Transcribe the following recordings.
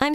I'm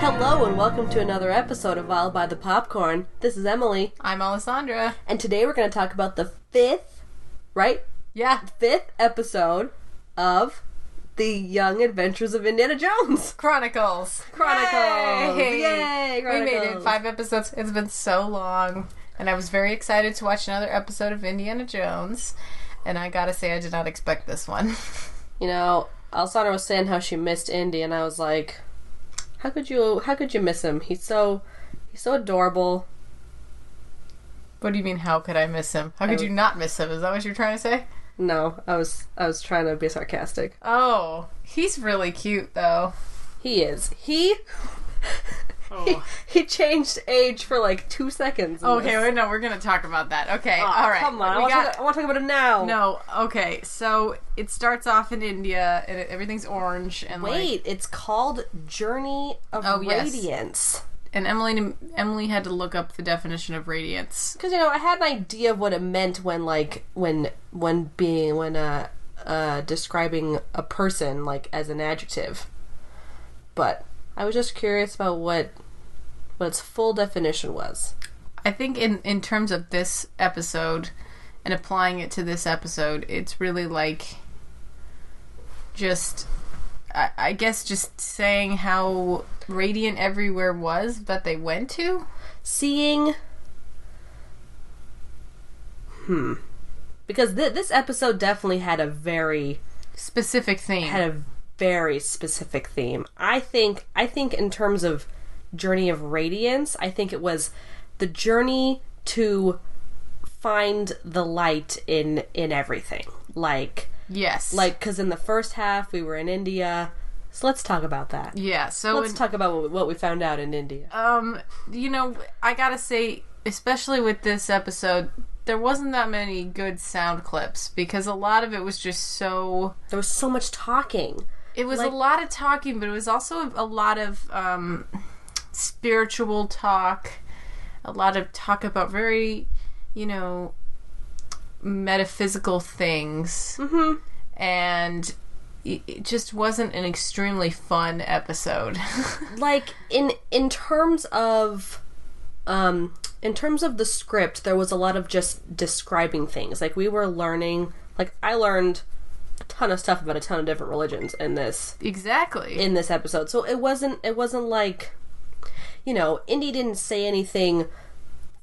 Hello and welcome to another episode of Wild by the Popcorn. This is Emily, I'm Alessandra. and today we're going to talk about the fifth, right? Yeah. Fifth episode of The Young Adventures of Indiana Jones. Chronicles. Chronicles. Yay! Yay, We made it. Chronicles. Five episodes. It's been so long. And I was very excited to watch another episode of Indiana Jones. And I gotta say, I did not expect this one. You know, Alessandra was saying how she missed Indy, and I was like, how could you? How could you miss him? He's so he's so adorable. what do you mean, how could I miss him? How could you not miss him? Is that what you're trying to say? No, I was I was trying to be sarcastic. Oh, he's really cute, though. He is. He. He, Oh. he changed age for like two seconds. in Okay, this. wait, no, we're gonna talk about that. Okay, Oh, all right. Come on, I We want, got- to, talk, I want to talk about it now. No, okay. So it starts off in India, and it- everything's orange and like. Wait, it's called Journey of Oh, yes. Radiance. and Emily Emily had to look up the definition of radiance. Because you know, I had an idea of what it meant when, like, when when being when uh uh describing a person like as an adjective, but I was just curious about what what its full definition was. I think in in terms of this episode and applying it to this episode, it's really like just I, I guess just saying how radiant everywhere was that they went to. Seeing. Hmm. Hmm. Because th- this episode definitely had a very Specific theme. had a very specific theme. I think I think in terms of journey of radiance, I think it was the journey to find the light in in everything. Like yes. like cuz in the first half we were in India. So let's talk about that. yeah. So Let's in- talk about what- what we found out in India. um you know i gotta say especially with this episode there wasn't that many good sound clips because a lot of it was just so There was so much talking. it was a lot of talking but it was also a lot of um spiritual talk a lot of talk about very you know metaphysical things mm-hmm. and it it just wasn't an extremely fun episode like in in terms of um in terms of the script there was a lot of just describing things like we were learning like i learned a ton of stuff about a ton of different religions in this exactly in this episode so it wasn't it wasn't like you know indy didn't say anything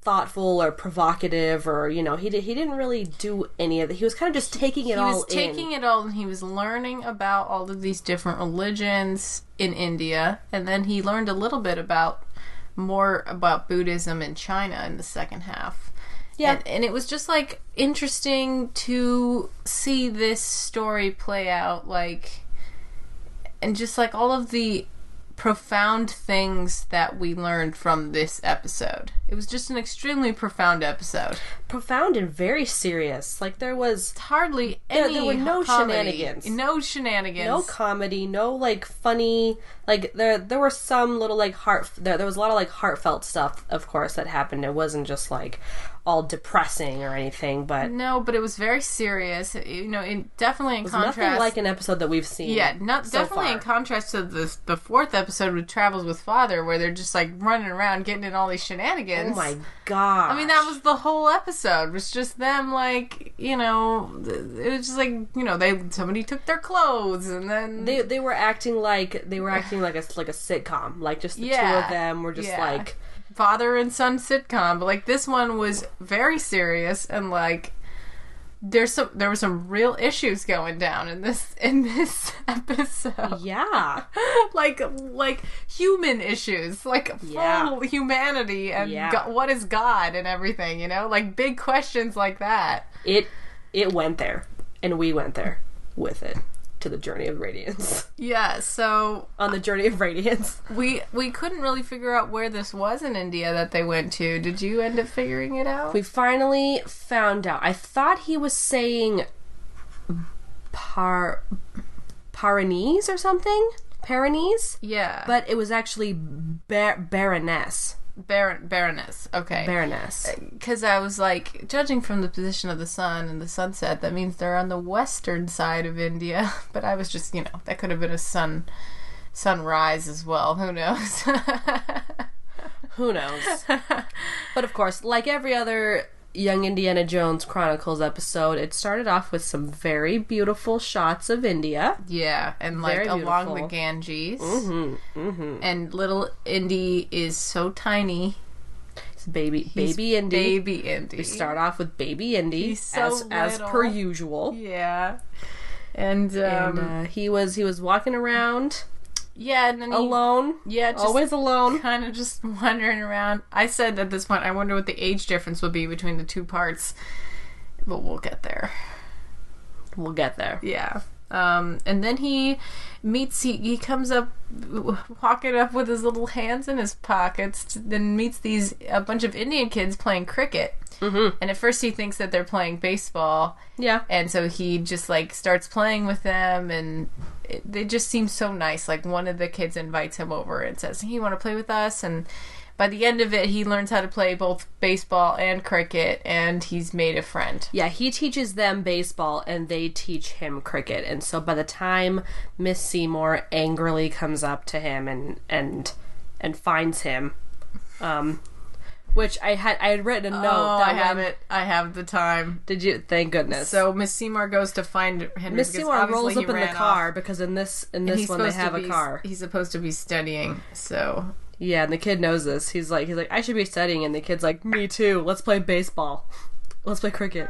thoughtful or provocative or you know he did, he didn't really do any of it he was kind of just taking it he all was taking in. it all and he was learning about all of these different religions in India and then he learned a little bit about more about Buddhism in China in the second half. Yeah. And, and it was just like interesting to see this story play out like and just like all of the profound things that we learned from this episode. It was just an extremely profound episode. profound and very serious like there was hardly There- any there were no comedy. shenanigans. No shenanigans. no comedy, no like funny, like there there were some little like heart there there was a lot of like heartfelt stuff, of course, that happened. It wasn't just like all depressing or anything, but it no, but it was very serious. You know, in, definitely in was contrast. nothing like an episode that we've seen. Oh yeah, not so definitely far. in contrast to the the fourth episode with Travels with Father, where they're just like running around getting in all these shenanigans. Oh my god! I mean, that was the whole episode. Was just them, like you know, th- it was just like you know, they somebody took their clothes and then they they were acting like they were acting like a like a sitcom, like just the two Yeah. of them were just Yeah. like father and son sitcom, but like this one was very serious and like there's some there were some real issues going down in this in this episode. Yeah. like like human issues, like Yeah. full humanity and Yeah. go- what is God and everything, you know? Like big questions like that. It it went there. And we went there with it. To the journey of radiance. Yeah, so On the journey of radiance. we we couldn't really figure out where this was in India that they went to. Did you end up figuring it out? We finally found out. I thought he was saying par Paranese or something? Paranese? yeah. But it was actually bar- Baroness. Baron Baroness. Okay. Baroness. because I was like, judging from the position of the sun and the sunset, that means they're on the western side of India. But I was just, you know, that could have been a sun sunrise as well. Who knows? Who knows? but of course, like every other Young Indiana Jones Chronicles episode, it started off with some very beautiful shots of India. yeah, and like Very along the beautiful. Ganges, mm-hmm, mm-hmm. and little Indy is so tiny. It's baby, baby Indy. baby Indy. We start off with baby Indy, He's so as, as per little. usual. Yeah, and, um, And uh, he was he was walking around yeah, and then he- alone. Yeah, just- always alone. kind of just wandering around. I said at this point, I wonder what the age difference would be between the two parts, but we'll get there. We'll get there. Yeah. Um, and then he meets, he, he comes up w- walking up with his little hands in his pockets, to, then meets these, a bunch of Indian kids playing cricket. Mm-hmm. And at first he thinks that they're playing baseball. Yeah. And so he just like starts playing with them, and it, they just seem so nice. Like one of the kids invites him over and says, "Hey, you want to play with us?" And by the end of it, he learns how to play both baseball and cricket, and he's made a friend. Yeah, he teaches them baseball and they teach him cricket. And so by the time Miss Seymour angrily comes up to him and and and finds him, um, which I had I had written a note. oh, that I have when- it. I have the time. Did you? Thank goodness. So Miss Seymour goes to find Henry. Miss because Seymour obviously rolls he up in the ran off. car because in this in And this he's one they supposed to have a be- car. He's supposed to be studying, so Yeah, and the kid knows this. He's like he's like I should be studying, and the kid's like me too. Let's play baseball. Let's play cricket.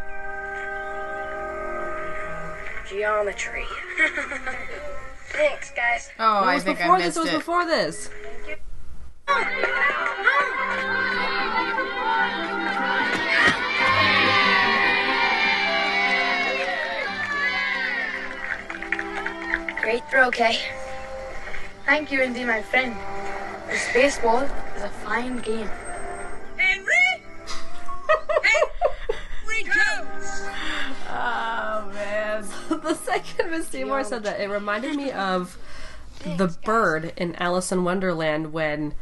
Geometry. Thanks, guys. oh, It I was think before I missed this. It was before this. Great throw, Kay. Thank you, Indy, my friend. This baseball is a fine game. Henry! Henry Jones! Oh man. the second Miss Seymour said that it reminded me of the bird in Alice in Wonderland when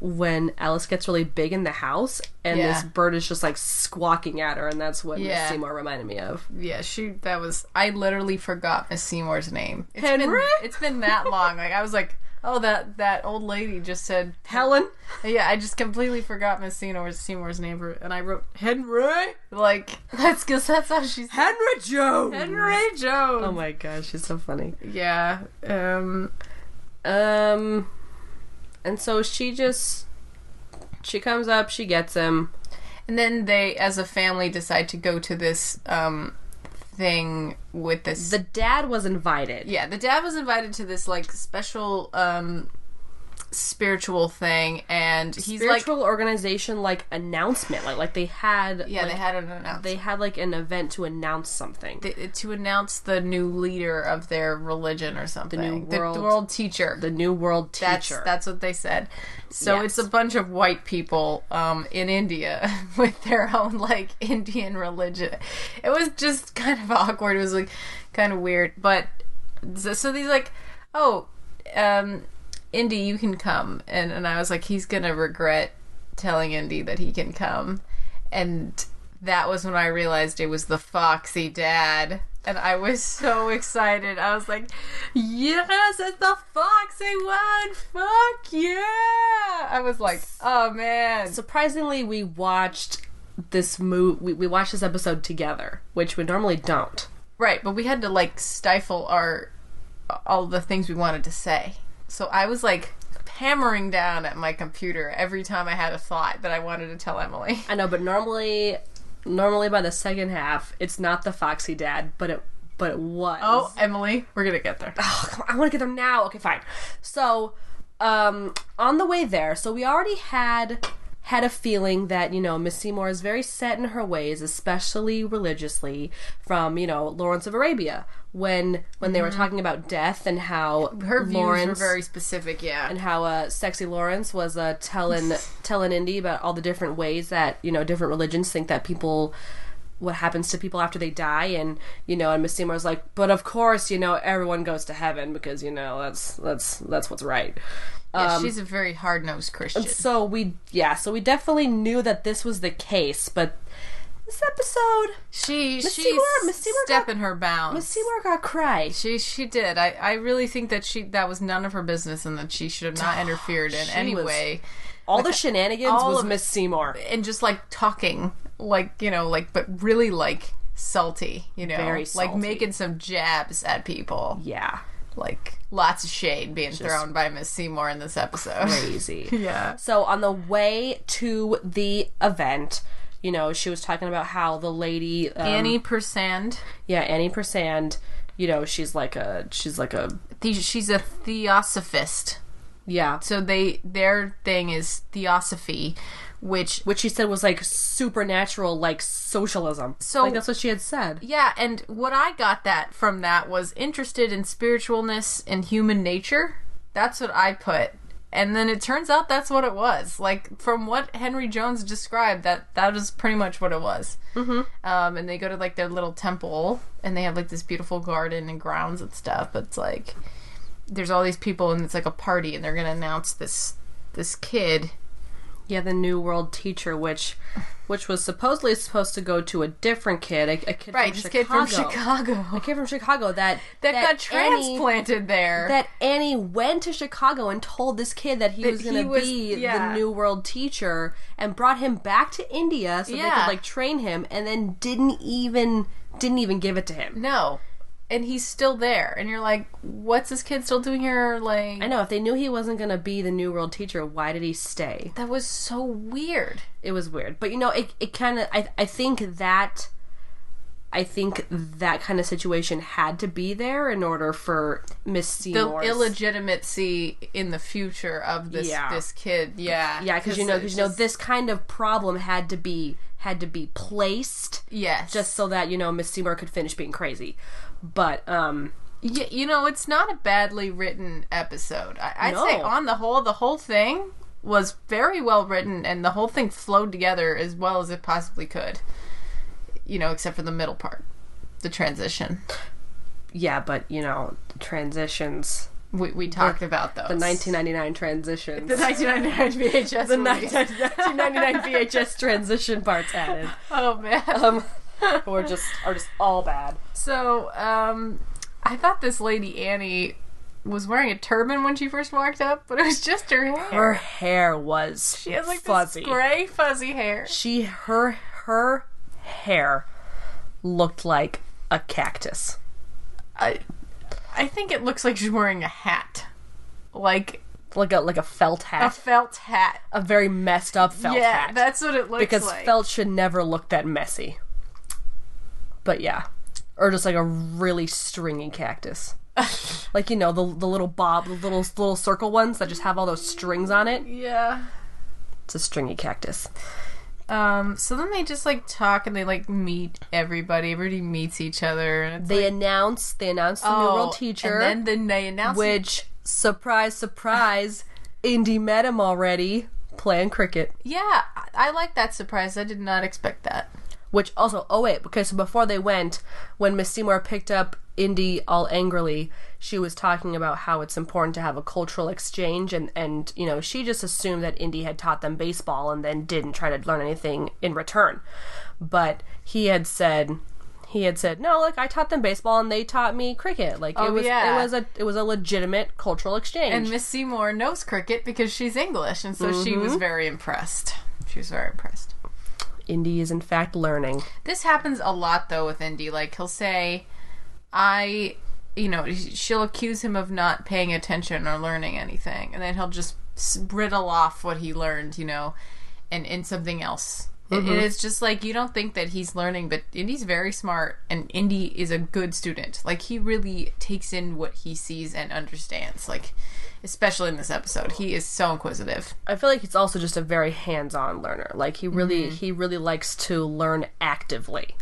when Alice gets really big in the house and this Yeah. bird is just like squawking at her and that's what Miss Yeah. Seymour reminded me of. Yeah, she that was I literally forgot Miss Seymour's name. It's Henry? Been, it's been that long. Like I was like, oh that that old lady just said Helen Yeah, I just completely forgot Miss Seymour's Seymour's name for- and I wrote Henry like that's because that's how she's Henry Jones. Henry Jones. Oh my gosh, she's so funny. Yeah. Um Um and so she just she comes up, she gets him. and then they as a family decide to go to this um thing with this The dad was invited. Yeah, the dad was invited to this like special um spiritual thing and he's like Spiritual organization like announcement. Like like they had Yeah, like, they had an announcement. they had like an event to announce something. The, Th- to announce the new leader of their religion or something. new world- the world teacher. new world teacher. that's that's what they said. So Yes. it's a bunch of white people um, in India with their own like Indian religion. It was just kind of awkward. It was like kind of weird. But so, so these like, oh, um, Indy, you can come, and and I was like, he's gonna regret telling Indy that he can come, and that was when I realized it was the Foxy Dad. And I was so excited. I was like, yes, it's the Foxy one. Fuck yeah. I was like, oh man. surprisingly we watched this move we, we watched this episode together, which we normally don't. Right, but we had to like stifle our all the things we wanted to say. So I was like hammering down at my computer every time I had a thought that I wanted to tell Emily. I know, but normally normally by the second half, it's not the foxy dad, but it but it was. Oh, Emily, we're gonna get there. Oh, come on, I want to get there now. Okay, fine. So, um, on the way there, so we already had had a feeling that you know Miss Seymour is very set in her ways, especially religiously, from you know Lawrence of Arabia when when they were talking about death and how Mm-hmm. Her views Lawrence were very specific, yeah. and how uh, sexy Lawrence was uh, telling telling Indy about all the different ways that you know different religions think that people what happens to people after they die and you know and Miss Seymour's like but of course you know everyone goes to heaven because you know that's that's that's what's right yeah um, she's a very hard nosed Christian. so we yeah so we definitely knew that this was the case but this episode She she's Seymour- Miss Seymour got- stepping her bounds. Miss Seymour got cry She she did. I, I really think that she that was none of her business and that she should have not interfered in any was- way. all the shenanigans all was of- Miss Seymour And just like talking, like you know, like but really like salty, you know, Very like salty. making some jabs at people, yeah like lots of shade being thrown by Miss Seymour in this episode. crazy yeah, So on the way to the event, you know, she was talking about how the lady, um, Annie Persand. yeah, Annie Persand, you know, she's like a, she's like a, The, she's a theosophist. yeah, So they their thing is theosophy, which which she said was like supernatural, like socialism. So- like that's what she had said. Yeah, and what I got that from that was interested in spiritualness and human nature. That's what I put. And then it turns out that's what it was. Like from what Henry Jones described, that that was pretty much what it was. Mm-hmm. Um, and they go to like their little temple, and they have like this beautiful garden and grounds and stuff. But it's like there's all these people, and it's like a party, and they're gonna announce this this kid. Yeah, the New World teacher, which, which was supposedly supposed to go to a different kid, a, a kid Right, from this Chicago, kid from Chicago a kid from Chicago that that, got Annie- transplanted there. that Annie went to Chicago and told this kid that he was he going to was- be yeah. the New World teacher and brought him back to India so they Yeah. could like train him and then didn't even didn't even give it to him. No. And he's still there. And you're like, what's this kid still doing here? Like, I know if they knew he wasn't going to be the New World teacher, why did he stay? That was so weird. It was weird. But you know, it it kind of I I think that I think that kind of situation had to be there in order for Miss The Seymour's illegitimacy in the future of this Yeah. this kid. Yeah. Yeah, because you know, because it's you know, just- this kind of problem had to be had to be placed. Yes. just so that you know Miss Seymour could finish being crazy. But um, Y- you know, it's not a badly written episode. I- I'd No. say, on the whole, the whole thing was very well written and the whole thing flowed together as well as it possibly could. You know, except for the middle part, the transition. yeah, but you know transitions. We, we talked about those. The 1999 transitions. The 1999 VHS. The movies. 1999 VHS transition parts added. Oh man. Um, or just are just all bad. so, um, I thought this lady Annie was wearing a turban when she first walked up, but it was just her hair. Her hair was she has like fuzzy. this gray fuzzy hair. she her her hair looked like a cactus. I, I think it looks like she's wearing a hat, like Like a like a felt a hat. felt hat. A, very messed up felt yeah, hat. that's what it looks because like. felt should never look that messy. But yeah, or just like a really stringy cactus, like you know the the little bob, the little little circle ones that just have all those strings on it. yeah. It's a stringy cactus. Um. So then they just like talk and they like meet everybody. Everybody meets each other. And it's They like, announce they announce the new oh, world teacher, And then, then they announce which surprise surprise, Indy met him already playing cricket. Yeah, I- I like that surprise. I did not expect that. Which also, oh wait, okay, so before they went, when Miss Seymour picked up Indy all angrily, she was talking about how it's important to have a cultural exchange, and and you know she just assumed that Indy had taught them baseball and then didn't try to learn anything in return, but he had said. He had said, "No, like I taught them baseball and they taught me cricket. Like it Oh, was yeah. it was a it was a legitimate cultural exchange." And Miss Seymour knows cricket because she's English, and so she was very impressed. She was very impressed. Indy is in fact learning. This happens a lot though with Indy. Like he'll say, "I," you know, she'll accuse him of not paying attention or learning anything, and then he'll just s- riddle off what he learned, you know, and in something else. It- it is just like you don't think that he's learning, but Indy's very smart, and Indy is a good student. Like he really takes in what he sees and understands. Like, especially in this episode, he is so inquisitive. I feel like he's also just a very hands-on learner. Like he really he really likes to learn actively.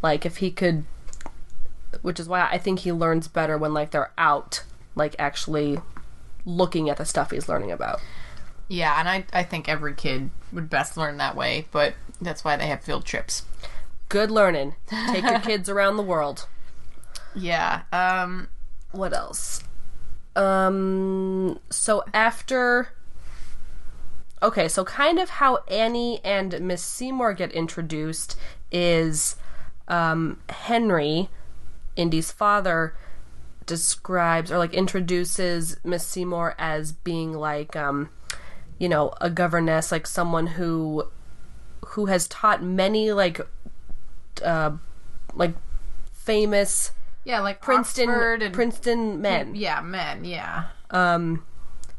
Like if he could which is why I think he learns better when like they're out like actually looking at the stuff he's learning about. Yeah, and I I think every kid would best learn that way, but that's why they have field trips. Good learning. Take your kids around the world. Yeah. Um. What else? Um so after Okay, so kind of how Annie and Miss Seymour get introduced is um, Henry, Indy's father, describes or like introduces Miss Seymour as being like, um, you know, a governess, like someone who who has taught many like uh, like famous Yeah, like Princeton Oxford and Princeton men. Um, Yeah, men. Yeah.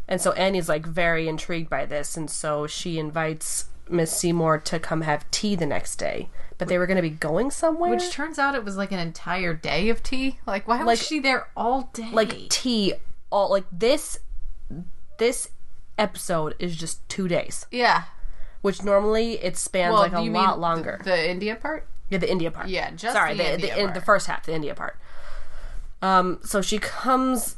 And so Annie's like very intrigued by this, and so she invites Miss Seymour to come have tea the next day. But they were going to be going somewhere, Which turns out it was like an entire day of tea. Like, why Like- was she there all day? like tea. All like this, this episode is just two days, yeah. which normally it spans like a you lot mean longer. The, the India part. Yeah, the India part. Yeah, just sorry, the the India the, part. the first half, the India part. Um, so she comes.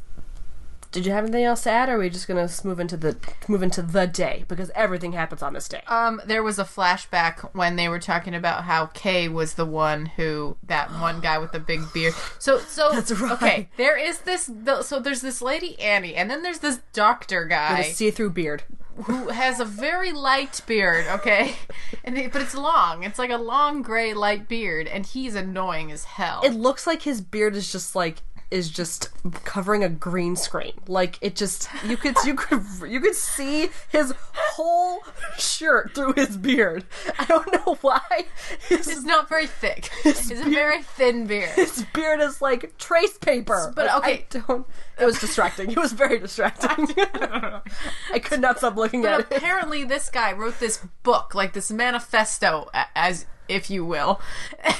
Did you have anything else to add, or are we just gonna s- move into the move into the day because everything happens on this day? Um, there was a flashback when they were talking about how Kay was the one who that one guy with the big beard. So, so That's right. Okay, there is this. th- So there's this lady Annie, and then there's this doctor the guy see-through beard. who has a very light beard. Okay, and it, but it's long. It's like a long gray light beard, and he's annoying as hell. it looks like his beard is just like is just covering a green screen. Like it just you could you could you could see his whole shirt through his beard. I don't know why his, it's not very thick. It's a very thin beard. his beard is like trace paper. But, Like, okay. I don't, it was distracting. It was very distracting. I could not stop looking But at it. apparently, this guy wrote this book, like this manifesto, a- as if you will,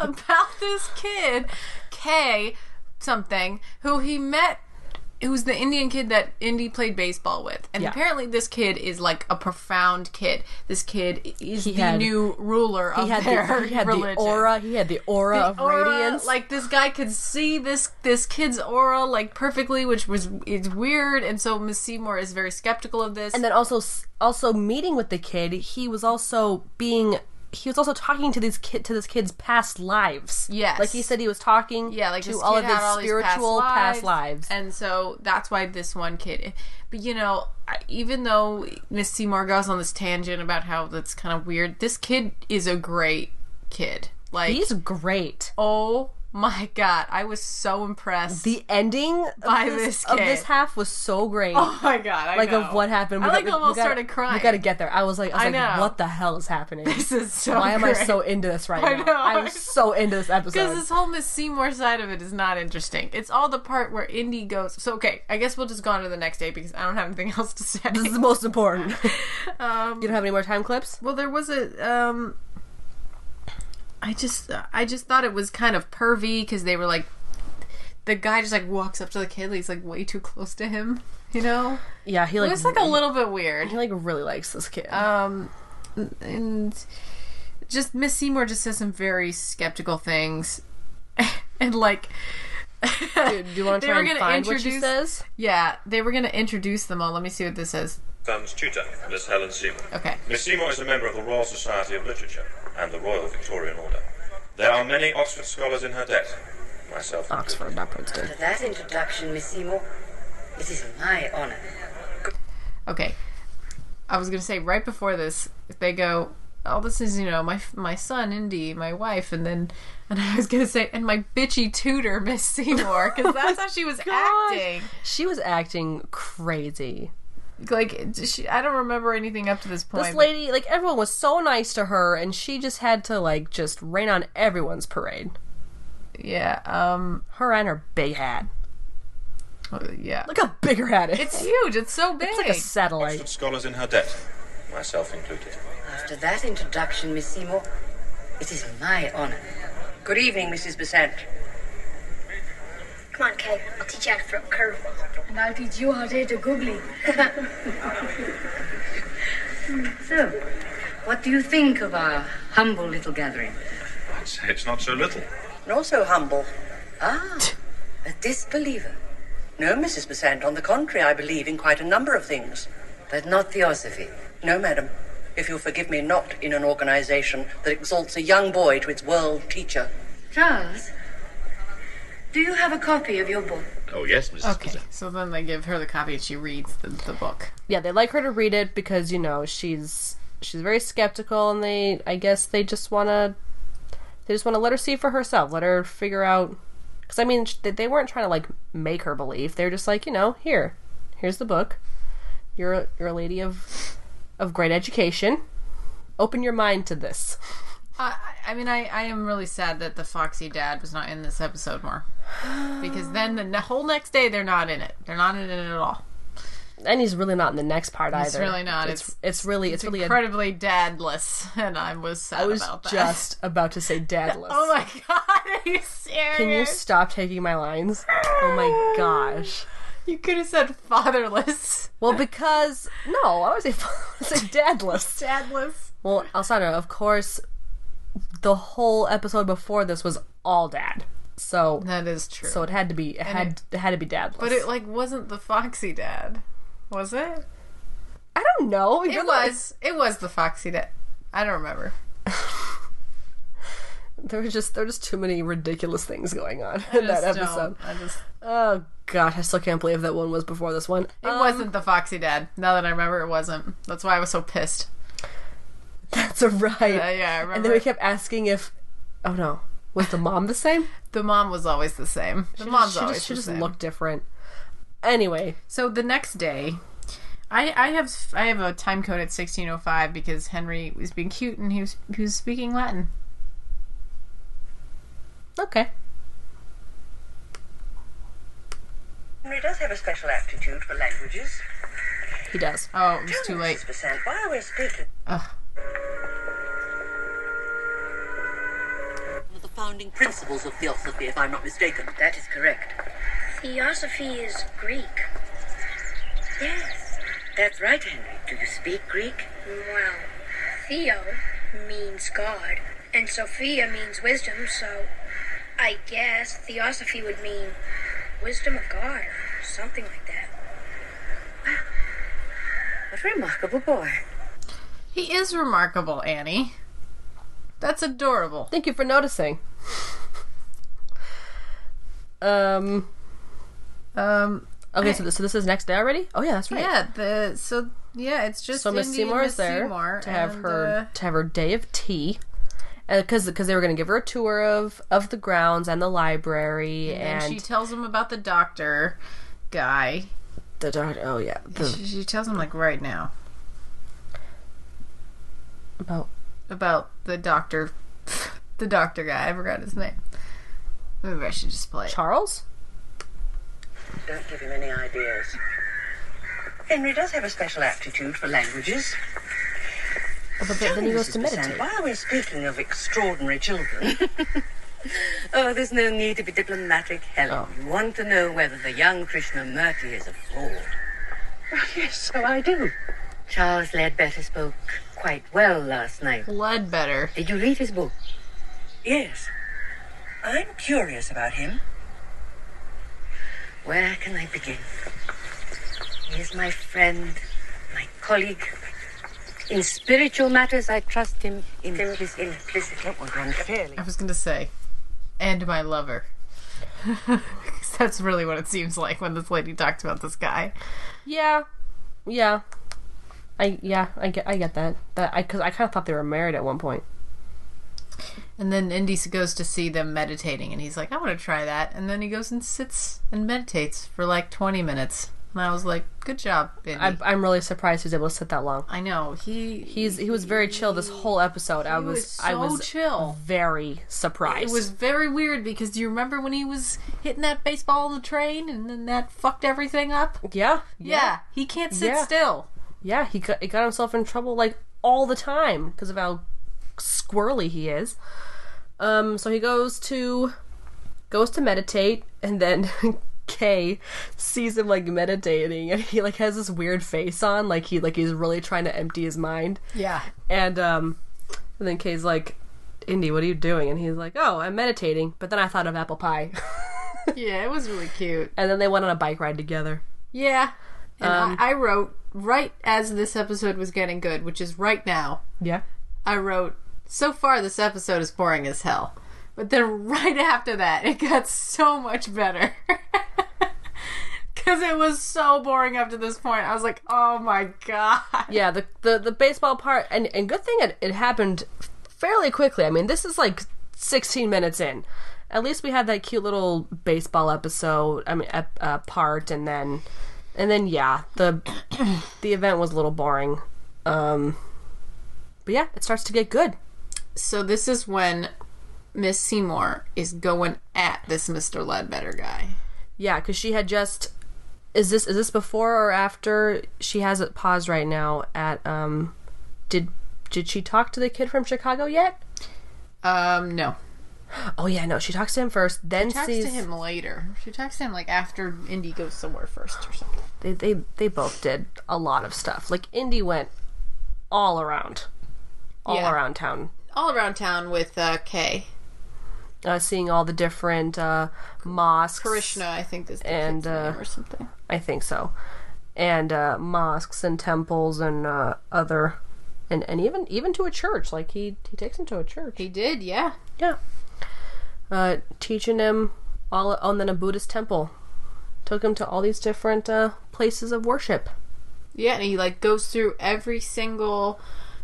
about this kid, K something, who he met. Who's the Indian kid that Indy played baseball with? And Yeah. apparently, this kid is like a profound kid. This kid is the had- new ruler of He had, their the, he had the religion. aura. He had the aura The of aura, radiance. Like this guy could see this this kid's aura like perfectly, which was it's weird. And so Miss Seymour is very skeptical of this. and then also also meeting with the kid he was also being he was also talking to these kid to this kid's past lives Yes. like he said he was talking yeah, like to this all kid of his had all these spiritual past, past lives, and so that's why this one kid. But you know, I- even though Miss Seymour goes on this tangent about how that's kind of weird, this kid is a great kid. Like, he's great oh my god, I was so impressed. the ending By of this of kid. this half was so great oh my god, I like know. of what happened I like almost gotta- started crying. we gotta get there i was like i was I like know. what the hell is happening This is so. why am i great. so into this right I now know. i'm so into this Because episode this whole Miss Seymour side of it is not interesting. It's all the part where Indy goes. So okay, I guess we'll just go on to the next day because I don't have anything else to say. this is the most important Um, you don't have any more time clips Well, there was a. Um, I just, I just thought it was kind of pervy because they were like, the guy just like walks up to the kid, he's like way too close to him, you know. yeah he It like was like a little bit weird. he like really likes this kid Um, and just Miss Seymour just says some very skeptical things, and like. Dude, do you want to They try were and gonna find what she introduce- says? Yeah, they were gonna introduce them all. Let me see what this says. Thumb's tutor, Miss Helen Seymour. Okay. Miss Seymour is a member of the Royal Society of Literature and the Royal Victorian Order. There are many Oxford scholars in her debt, myself included. Oxford, not Princeton. For that introduction, Miss Seymour, this is my honor. Okay. I was gonna say right before this, they go, "Oh, this is you know my my son Indy, my wife," and then, and I was gonna say, "and my bitchy tutor Miss Seymour," because that's how she was acting. She was acting crazy. Like it- she, I don't remember anything up to this point. This but- lady, like everyone was so nice to her, and she just had to like just rain on everyone's parade. yeah, um, Her and her big hat. yeah, Look how big her hat is. it's huge. It's so big. It's like a satellite. Oxford scholars in her debt, myself included. After After that introduction, Miss Seymour, it is my honor. Good evening, Mrs. Besant. Come on, Kay. I'll teach you how to throw a curveball. And I'll teach you how to hit a googly. So, what do you think of our humble little gathering? I'd say it's not so little. Nor so humble. Ah, a disbeliever, No, Mrs. Besant, on the contrary, I believe in quite a number of things. but not theosophy. No, madam, if you'll forgive me, not in an organization that exalts a young boy to its world teacher. Charles, do you have a copy of your book? Oh, yes, Mrs. Okay, so then they give her the copy and she reads the, the book. Yeah, they like her to read it because you know she's she's very skeptical, and they I guess they just wanna they just wanna let her see for herself, let her figure out. Because I mean, sh- they- they weren't trying to like make her believe; they're just like you know, here, here's the book. You're a, you're a lady of of great education. Open your mind to this. I, I- I mean, I, I am really sad that the Foxy Dad was not in this episode more. Because then the ne- whole next day, they're not in it. They're not in it at all. And he's really not in the next part either. It's really not. It's It's, it's, really it's, really. A, incredibly dadless, and I was sad I was about that. just about to say dadless. Oh my god, are you serious? Can you stop taking my lines? Oh my gosh. You could have said fatherless. Well, because no, I would say, I would say dadless. Dadless. Well, Alessandra, of course, the whole episode before this was all dad, so That is true. so it had to be it had it, had to be dadless. but it like wasn't the Foxy Dad, was it? I don't know. You're It the- was. It was the Foxy Dad. I don't remember. There was just there were just too many ridiculous things going on I in that just don't. episode. I just. Oh gosh, I still can't believe that one was before this one. It wasn't the Foxy Dad. Now that I remember, it wasn't. That's why I was so pissed. That's a right. Uh, yeah, I remember. And then we kept asking if, oh no, was the mom the same? the mom was always the same. The mom's she always just, she the just same. looked different. Anyway, So the next day, I I have I have a time code at sixteen oh five because Henry was being cute and he was he was speaking Latin. okay. Henry does have a special aptitude for languages. He does. Oh, it was too late. Mrs. Ah. Besant, while we're speaking, one of the founding principles of theosophy, if I'm not mistaken. That is correct. Theosophy is Greek. Yes, that's right, Henry. Do you speak Greek? Well, Theo means God, and Sophia means wisdom, so I guess theosophy would mean wisdom of God or something like that. What a remarkable boy. He is remarkable, Annie. That's adorable. Thank you for noticing. Um. Um, Okay, so this so this is next day already. Oh yeah, that's right. yeah. The so yeah, it's just So Miss Indy and Seymour Miss is there Seymour to have and, her uh, to have her day of tea, because because they were going to give her a tour of of the grounds and the library and, and, she tells him about the doctor guy. the doctor. Oh yeah, the, She, she tells him like right now about about the doctor, the doctor guy. I forgot his name. Maybe I should just play. it. Charles. Don't give him any ideas. Henry does have a special aptitude for languages. But then, then he goes Mrs. to Besant, meditate. While we're speaking of extraordinary children, Oh, there's no need to be diplomatic, Helen. You want to know whether the young Krishnamurti is a fraud. yes, so I do. Charles Ledbetter spoke quite well last night. Blood better. Did you read his book? Yes. I'm curious about him. Where can I begin? He is my friend, my colleague. In spiritual matters, I trust him implis- implicitly. Unfairly. I was gonna say, and my lover. 'Cause That's really what it seems like when this lady talks about this guy. Yeah, yeah. I yeah I get I get that that I because I kind of thought they were married at one point. And then Indy goes to see them meditating, and he's like, "I want to try that." And then he goes and sits and meditates for like twenty minutes. And I was like, "Good job, Indy." I, I, I'm really surprised he was able to sit that long. know he He's he was very chill this whole episode. I he was, was, I so was chill. very surprised. It was very weird because do you remember when he was hitting that baseball on the train, and then that fucked everything up? yeah Yeah, he can't sit Yeah. still. yeah he got he got himself in trouble like all the time because of how squirrely he is. Um, so he goes to goes to meditate, and then Kay sees him like meditating, and he like has this weird face on, like he like he's really trying to empty his mind. Yeah. And um, and then Kay's like, "Indy, what are you doing?" And he's like, "Oh, I'm meditating." But then I thought of apple pie, Yeah, it was really cute. and then they went on a bike ride together. Yeah. And Um, I, I wrote right as this episode was getting good, which is right now. Yeah. I wrote, so far this episode is boring as hell. But then right after that, it got so much better. Because it was so boring up to this point. I was like, oh my god. Yeah, the the, the baseball part, and, and good thing it, it happened fairly quickly. I mean, this is like 16 minutes in. At least we had that cute little baseball episode. I mean, ep, uh, part, and then and then yeah, the the event was a little boring. Um, but yeah, it starts to get good. So this is when Miss Seymour is going at this Mr. Ledbetter guy. Yeah, because she had just is this is this before or after she has it paused right now at um did did she talk to the kid from Chicago yet? Um, no. Oh yeah, no, she talks to him first, then She talks sees to him later. She talks to him like after Indy goes somewhere first or something. they, they they both did a lot of stuff. Like Indy went all around, all Yeah. around town, All around town with uh, Kay. uh, seeing all the different uh, mosques. Krishna, I think is the And, kid's name uh, or something. I think so, and uh, mosques and temples and uh, other, and and even even to a church. Like he he takes him to a church. He did, yeah. yeah, uh, teaching him all, and then a Buddhist temple. Took him to all these different uh, places of worship. Yeah, and he like goes through every single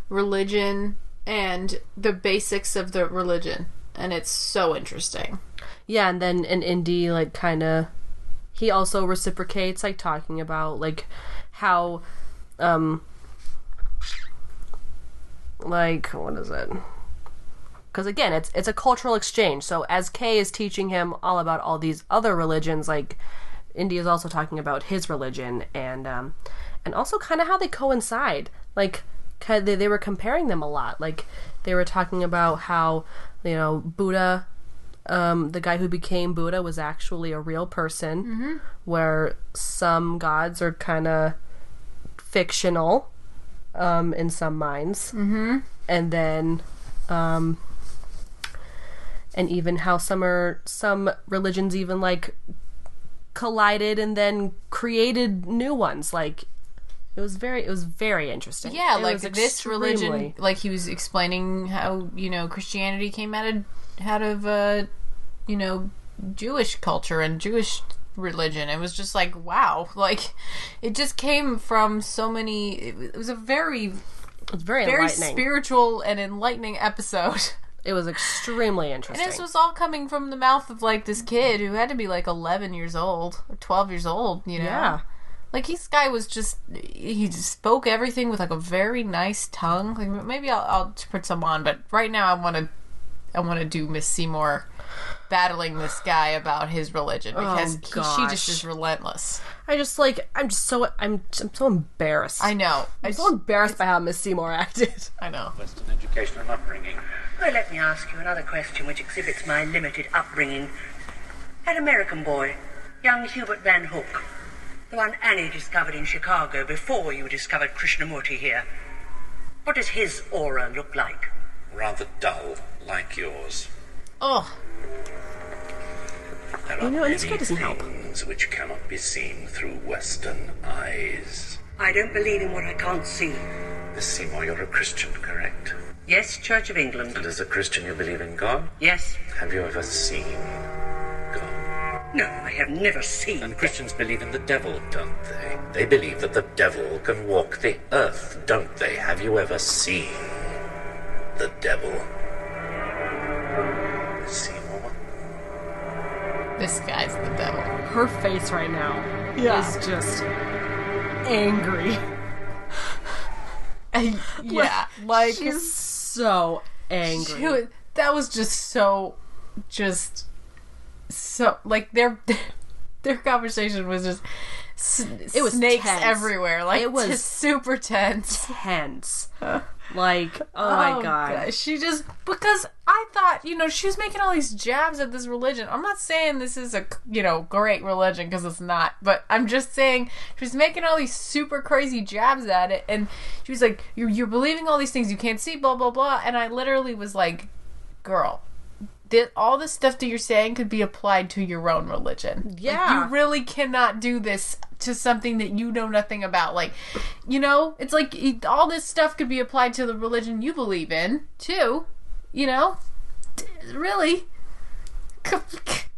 religion and the basics of the religion. And it's so interesting. Yeah, and then in Indy, like, kind of, he also reciprocates, like, talking about, like, how, um, like, what is it? Because again, it's it's a cultural exchange. So as Kay is teaching him all about all these other religions, like Indy is also talking about his religion, and um, and also kind of how they coincide. Like, kind they they were comparing them a lot. Like, they were talking about how you know Buddha um, the guy who became Buddha was actually a real person, Mm-hmm. where some gods are kind of fictional um, in some minds. Mm-hmm. And then, um, and even how some are, some religions even like collided and then created new ones. Like, it was very, it was very interesting. Yeah, It like was this extremely- religion like he was explaining how, you know, Christianity came out of out of uh you know, Jewish culture and Jewish religion. It was just like wow. Like it just came from so many it was a very it was very, very enlightening. spiritual and enlightening episode. it was extremely interesting. And this was all coming from the mouth of like this kid who had to be like 11 years old or 12 years old, you know. Yeah. Like this guy was just he just spoke everything with like a very nice tongue. Like maybe I'll, I'll put some on, but right now I want to I want to do Miss Seymour battling this guy about his religion because he- she Oh, gosh. just is relentless. I just like I'm just so I'm I'm so embarrassed. I know. I, I'm so embarrassed by how Miss Seymour acted. I know. Western education and upbringing. Well, let me ask you another question which exhibits my limited upbringing. An American boy, young Hubert Van Hook, the one Annie discovered in Chicago before you discovered Krishnamurti here. What does his aura look like? Rather dull, like yours. Oh, There You know, and this guy doesn't help. things which cannot be seen through Western eyes. I don't believe in what I can't see. Miss Seymour, you're a Christian, correct? Yes, Church of England. And as a Christian, you believe in God? Yes. Have you ever seen God? No, I have never seen. And Christians believe in the devil, don't they? They believe that the devil can walk the earth, don't they? Have you ever seen the devil? Miss Seymour? this guy's the devil. Her face right now is just angry. yeah. Like she's so angry. She was, that was just so, just so like their their conversation was just s- It was snakes tense. everywhere. Like It was just super tense. tense. Like, oh, my god. She just because I thought you know she was making all these jabs at this religion. I'm not saying this is a you know great religion because it's not, but I'm just saying she was making all these super crazy jabs at it, and she was like, "You're, you're believing all these things you can't see, blah blah blah," and I literally was like, "Girl." That all the stuff that you're saying could be applied to your own religion. Yeah. you really cannot do this to something that you know nothing about. Like, you know, it's like it- all this stuff could be applied to the religion you believe in, too. You know? D- Really?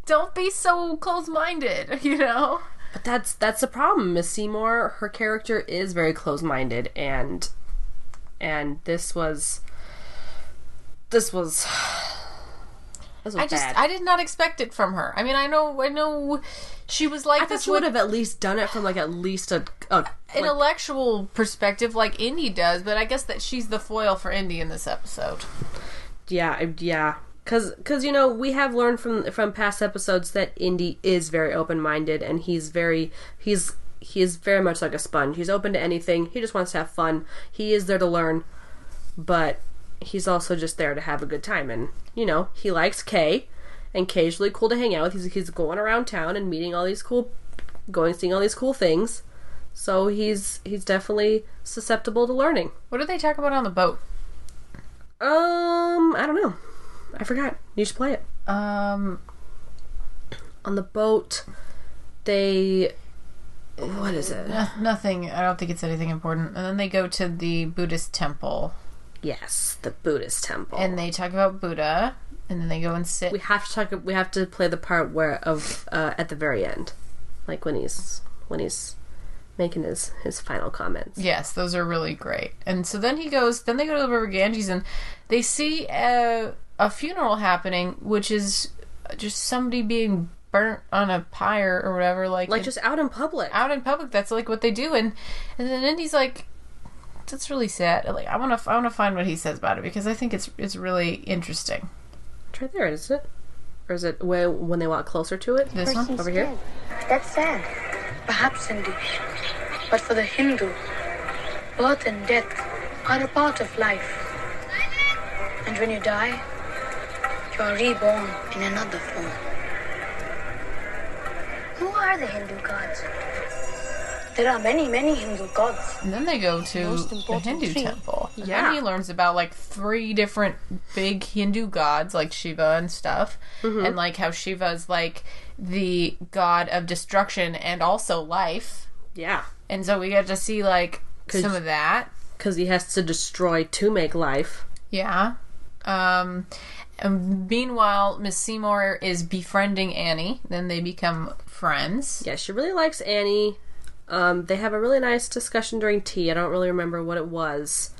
Don't be so close minded, you know? But that's that's the problem. Miss Seymour, her character is very close-minded, and and this was this was this was I just, bad. I did not expect it from her. I mean, I know, I know she was like I thought this she with- would have at least done it from like at least a, a like, intellectual perspective like Indy does, but I guess that she's the foil for Indy in this episode. yeah I- yeah because because you know we have learned from from past episodes that Indy is very open-minded and he's very he's he is very much like a sponge. He's open to anything. He just wants to have fun. He is there to learn, but he's also just there to have a good time. And you know he likes Kay, and Kay's really cool to hang out with. He's he's going around town and meeting all these cool, going seeing all these cool things. So he's he's definitely susceptible to learning. What did they talk about on the boat? Um, I don't know. I forgot. You should play it. Um, On the boat, they. What is it? Noth- Uh, Nothing. I don't think it's anything important. And then they go to the Buddhist temple Yes, the Buddhist temple. and they talk about Buddha. And then they go and sit. we have to talk. We have to play the part where of uh, at the very end, like when he's when he's making his his final comments. yes, those are really great. And so then he goes. Then they go to the River Ganges and they see a, a funeral happening, which is just somebody being burnt on a pyre or whatever. Like, Like in- just out in public. out in public. That's like what they do. And and then Indy's like, that's really sad. Like I want to I want to find what he says about it because I think it's it's really interesting. Try there, is it? Or is it when when they walk closer to it? This one. over here. That's sad. Perhaps Indy. But for the Hindu, birth and death are a part of life. And when you die, you are reborn in another form. Who are the Hindu gods? There are many, many Hindu gods. And then they go to Most the important Hindu tree. temple. And Yeah. then he learns about like three different big Hindu gods, like Shiva and stuff, and like how Shiva is like the god of destruction and also life. Yeah, And so we get to see like some of that. because he has to destroy to make life. Yeah. Um, and meanwhile, Miss Seymour is befriending Annie. Then they become friends. Yeah, she really likes Annie. Um, they have a really nice discussion during tea. I don't really remember what it was,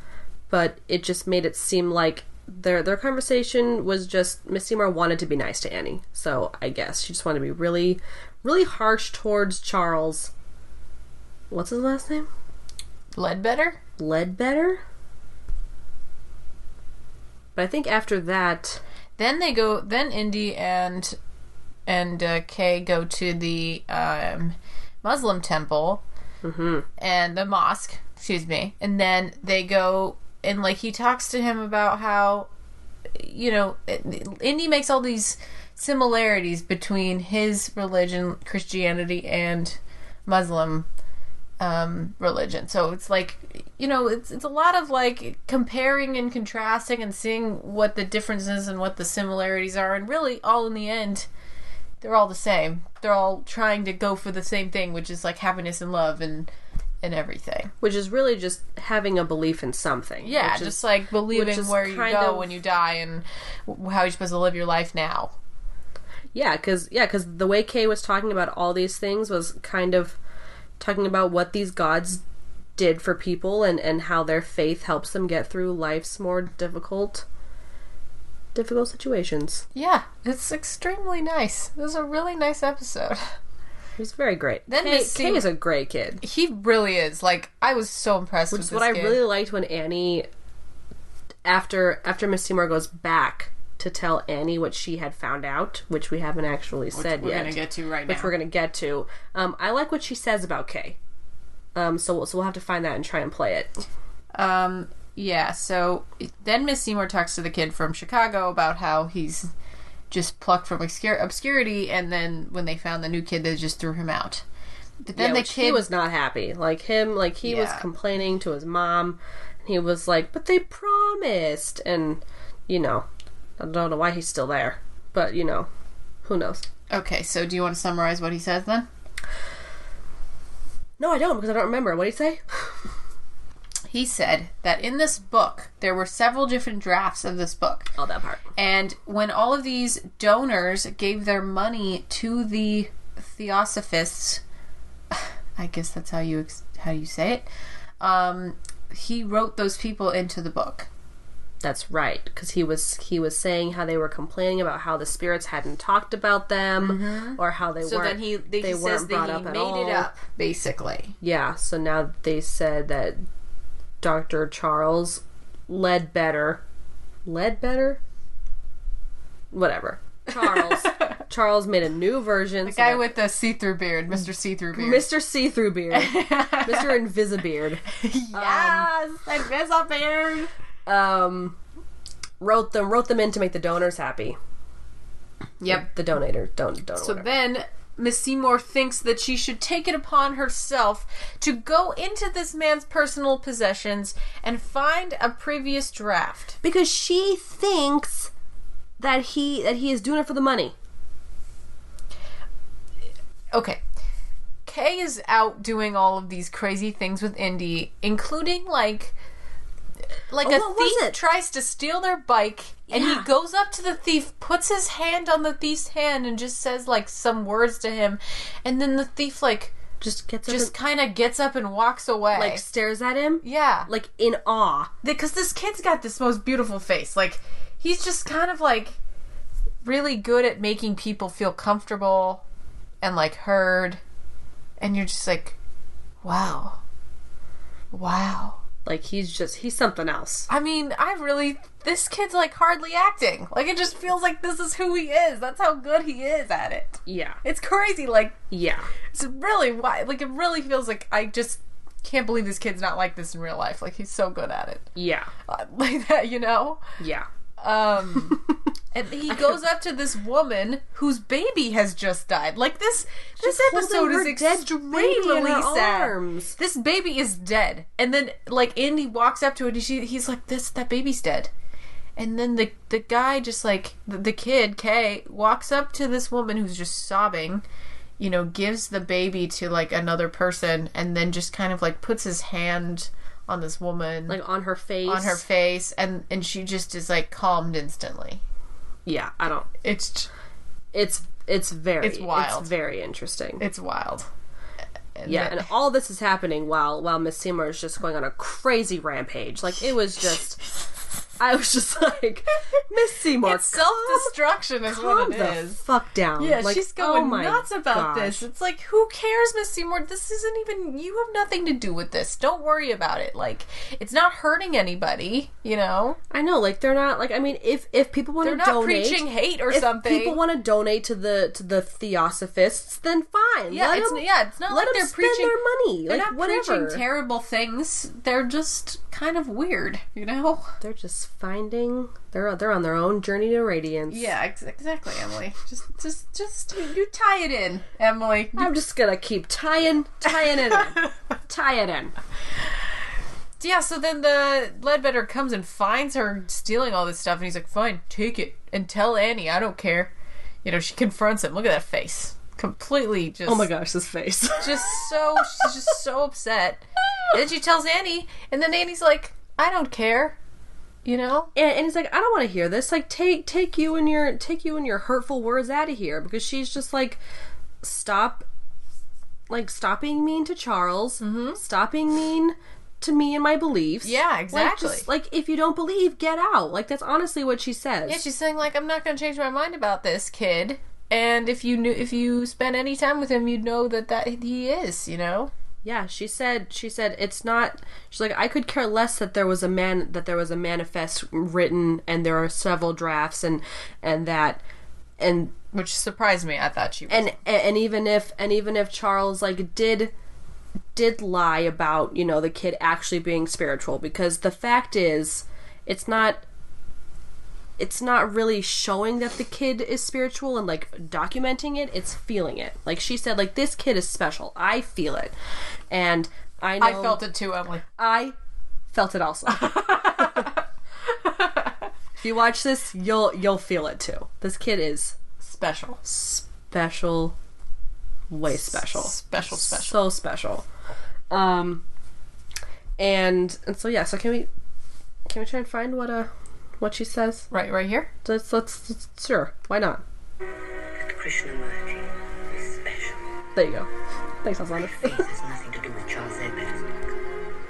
but it just made it seem like their their conversation was just Miss Seymour wanted to be nice to Annie. So I guess she just wanted to be really, really harsh towards Charles. What's his last name? Ledbetter? Ledbetter. But I think after that, Then they go. Then Indy and and uh, Kay go to the um, Muslim temple and the mosque. Excuse me. And then they go and like he talks to him about how you know Indy makes all these similarities between his religion, Christianity, and Muslim um, religion. So it's like, you know, it's it's a lot of like comparing and contrasting and seeing what the differences and what the similarities are, and really, all in the end, they're all the same. They're all trying to go for the same thing, which is like happiness and love and and everything. which is really just having a belief in something. Yeah, which is- just like which believing is where you kind go of- when you die and w- how you're supposed to live your life now. Yeah, because yeah, 'cause the way Kay was talking about all these things was kind of talking about what these gods did for people and and how their faith helps them get through life's more difficult difficult situations. Yeah, it's extremely nice. This is a really nice episode. It was very great. Then Kay, Miss Kay Seem- is a great kid. He really is. Like I was so impressed Which with is this what I kid. really liked when Annie after after Miss Seymour goes back to tell Annie what she had found out, which we haven't actually said we're yet. gonna get to right which now. we're gonna get to. Um, I like what she says about Kay. Um, so we'll, so we'll have to find that and try and play it. Um, Yeah, so then Miss Seymour talks to the kid from Chicago about how he's just plucked from obscur- obscurity, and then when they found the new kid, they just threw him out. But then Yeah, the which kid he was not happy. Like him, like he was Yeah. complaining to his mom. And he was like, "But they promised," and you know, I don't know why he's still there, but you know, who knows? Okay, so do you want to summarize what he says then? No, I don't because I don't remember. What did he say? He said that in this book, there were several different drafts of this book. All that part. And when all of these donors gave their money to the Theosophists, I guess that's how you ex- how you say it. Um, he wrote those people into the book. That's right, because he was he was saying how they were complaining about how the spirits hadn't talked about them or how they Mm-hmm. So weren't. then he they, they he weren't says brought that he up at made all. it up basically. Yeah, so now they said that Dr. Charles led better. Led better? Whatever. Charles. Charles made a new version. The guy with the see-through beard, Mr. See-through beard. Mr. See Through Beard. Mr. Invisibeard. yes, that Mr. Beard. Um wrote them wrote them in to make the donors happy. Yep. The donator. Don't don't So then Miss Seymour thinks that she should take it upon herself to go into this man's personal possessions and find a previous draft. because she thinks that he that he is doing it for the money. Okay. Kay is out doing all of these crazy things with Indy, including like like Oh, a what was thief it? tries to steal their bike and he goes up to the thief, puts his hand on the thief's hand and just says like some words to him and then the thief like Just gets up just and, kind of gets up and walks away. like stares at him. yeah. Like in awe. because this kid's got this most beautiful face. Like he's just kind of like really good at making people feel comfortable and like heard, and you're just like, wow, wow. Like he's just he's something else. I mean, I really this kid's like hardly acting. Like it just feels like this is who he is. That's how good he is at it. Yeah. It's crazy. Like Yeah. it's really why. Like it really feels like I just can't believe this kid's not like this in real life. Like he's so good at it. Yeah. Uh, Like that, you know. Yeah. Um, and he goes up to this woman whose baby has just died. Like this, this episode holding is her dead extremely baby in her sad. arms. This baby is dead, and then like Andy walks up to it, and she, he's like, "This, that baby's dead." And then the the guy just like the, the kid Kay walks up to this woman who's just sobbing, you know, gives the baby to like another person, and then just kind of like puts his hand on this woman, Like on her face. on her face and and she just is like calmed instantly Yeah. I don't. it's j- It's it's very It's wild. It's very interesting. it's wild yeah. that- And all this is happening while while Miss Seymour is just going on a crazy rampage. Like it was just. I was just like Miss Seymour. it's self-destruction is calm, what calm it the is fuck down. yeah Like, she's oh going my nuts gosh. about this it's like who cares miss seymour this isn't even you have nothing to do with this don't worry about it like it's not hurting anybody you know I know, like they're not like I mean, if if people want they're to not donate, preaching hate or if something people want to donate to the to the theosophists, then fine. yeah, let it's, 'em- yeah, it's not let like 'em they're spend preaching their money. They're like not whatever. preaching terrible things. They're just kind of weird, you know. they're just finding they're they're on their own journey to radiance. Yeah, ex- exactly, Emily. Just, just, just you, you tie it in, Emily. I'm just gonna keep tying tying it in, tie it in. Yeah. So then the Ledbetter comes and finds her stealing all this stuff, and he's like, "Fine, take it and tell Annie. I don't care." You know, she confronts him. Look at that face. Completely just. Oh my gosh, this face. Just so she's just so upset. And then she tells Annie, and then Annie's like, "I don't care." You know. and, and he's like, I don't want to hear this. Like, take take you and your take you and your hurtful words out of here because she's just like, stop, like stop being mean to Charles. Stop being mean to me and my beliefs. Mm-hmm. Yeah, exactly. Like, just, like if you don't believe, get out. Like that's honestly what she says. Yeah, she's saying like I'm not going to change my mind about this kid. And if you knew, if you spent any time with him, you'd know that that he is, you know. Yeah, she said she said it's not she's like I could care less that there was a man that there was a manifest written and there are several drafts and and that and Which surprised me. I thought she was. and and even if and even if Charles like did did lie about, you know, the kid actually being spiritual because the fact is it's not it's not really showing that the kid is spiritual and like documenting it, it's feeling it. Like she said like this kid is special. I feel it. And I know I felt it too, Emily. I felt it also. if you watch this, you'll you'll feel it too. This kid is Special. special, way special, Special, so special. special. Um, and and so yeah. So can we can we try and find what uh what she says? Right, right here. Let's let's, let's sure. Why not? That Krishnamurti is special. There you go. Thanks, Alessandra. Faith has nothing to do with Charles Edwards.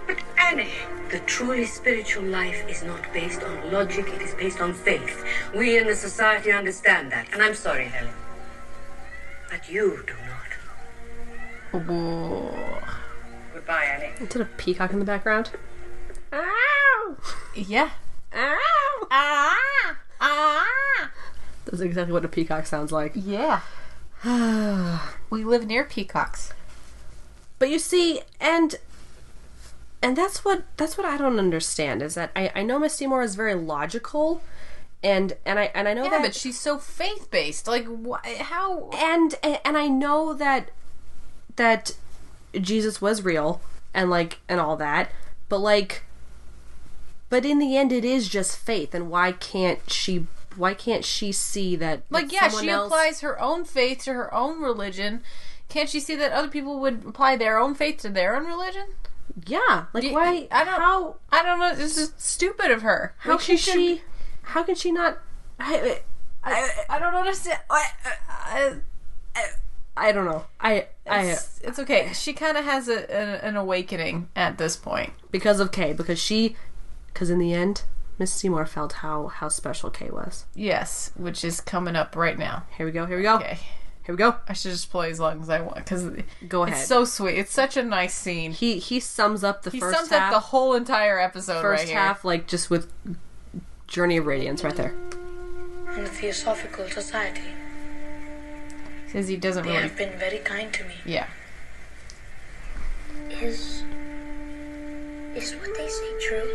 But Annie, The truly spiritual life is not based on logic, it is based on faith. We in the society understand that, and I'm sorry, Helen. But you do not. Whoa. goodbye, Annie. Is it a peacock in the background? Yeah. Ow! Ah! Ah! That's exactly what a peacock sounds like. Yeah. we live near peacocks. But you see, and and that's what that's what I don't understand is that I, I know Miss Seymour is very logical, and and I and I know Yeah, that but she's so faith based. Like, wh- how? and and I know that that Jesus was real and like and all that, but like but in the end it is just faith and why can't she why can't she see that Like, that yeah, someone she else- applies her own faith to her own religion. Can't she see that other people would apply their own faith to their own religion? Yeah, like Y- why I don't. how I don't know. This is stupid of her. how Like, can should- she how can she not I I, I don't understand. uh, I, I, I don't know. I I it's, it's okay. She kind of has a, an, an awakening at this point. because of Kay because she because in the end Miss Seymour felt how how special Kay was. Yes, which is coming up right now. Here we go. Here we go. Okay. Here we go. I should just play as long as I want because Go ahead. it's so sweet. It's such a nice scene. he he sums up the He first sums half. up the whole entire episode first right here. half, like just with Journey of Radiance right there. In the Theosophical Society, Says he doesn't they really. have been very kind to me. Yeah. Is is what they say true?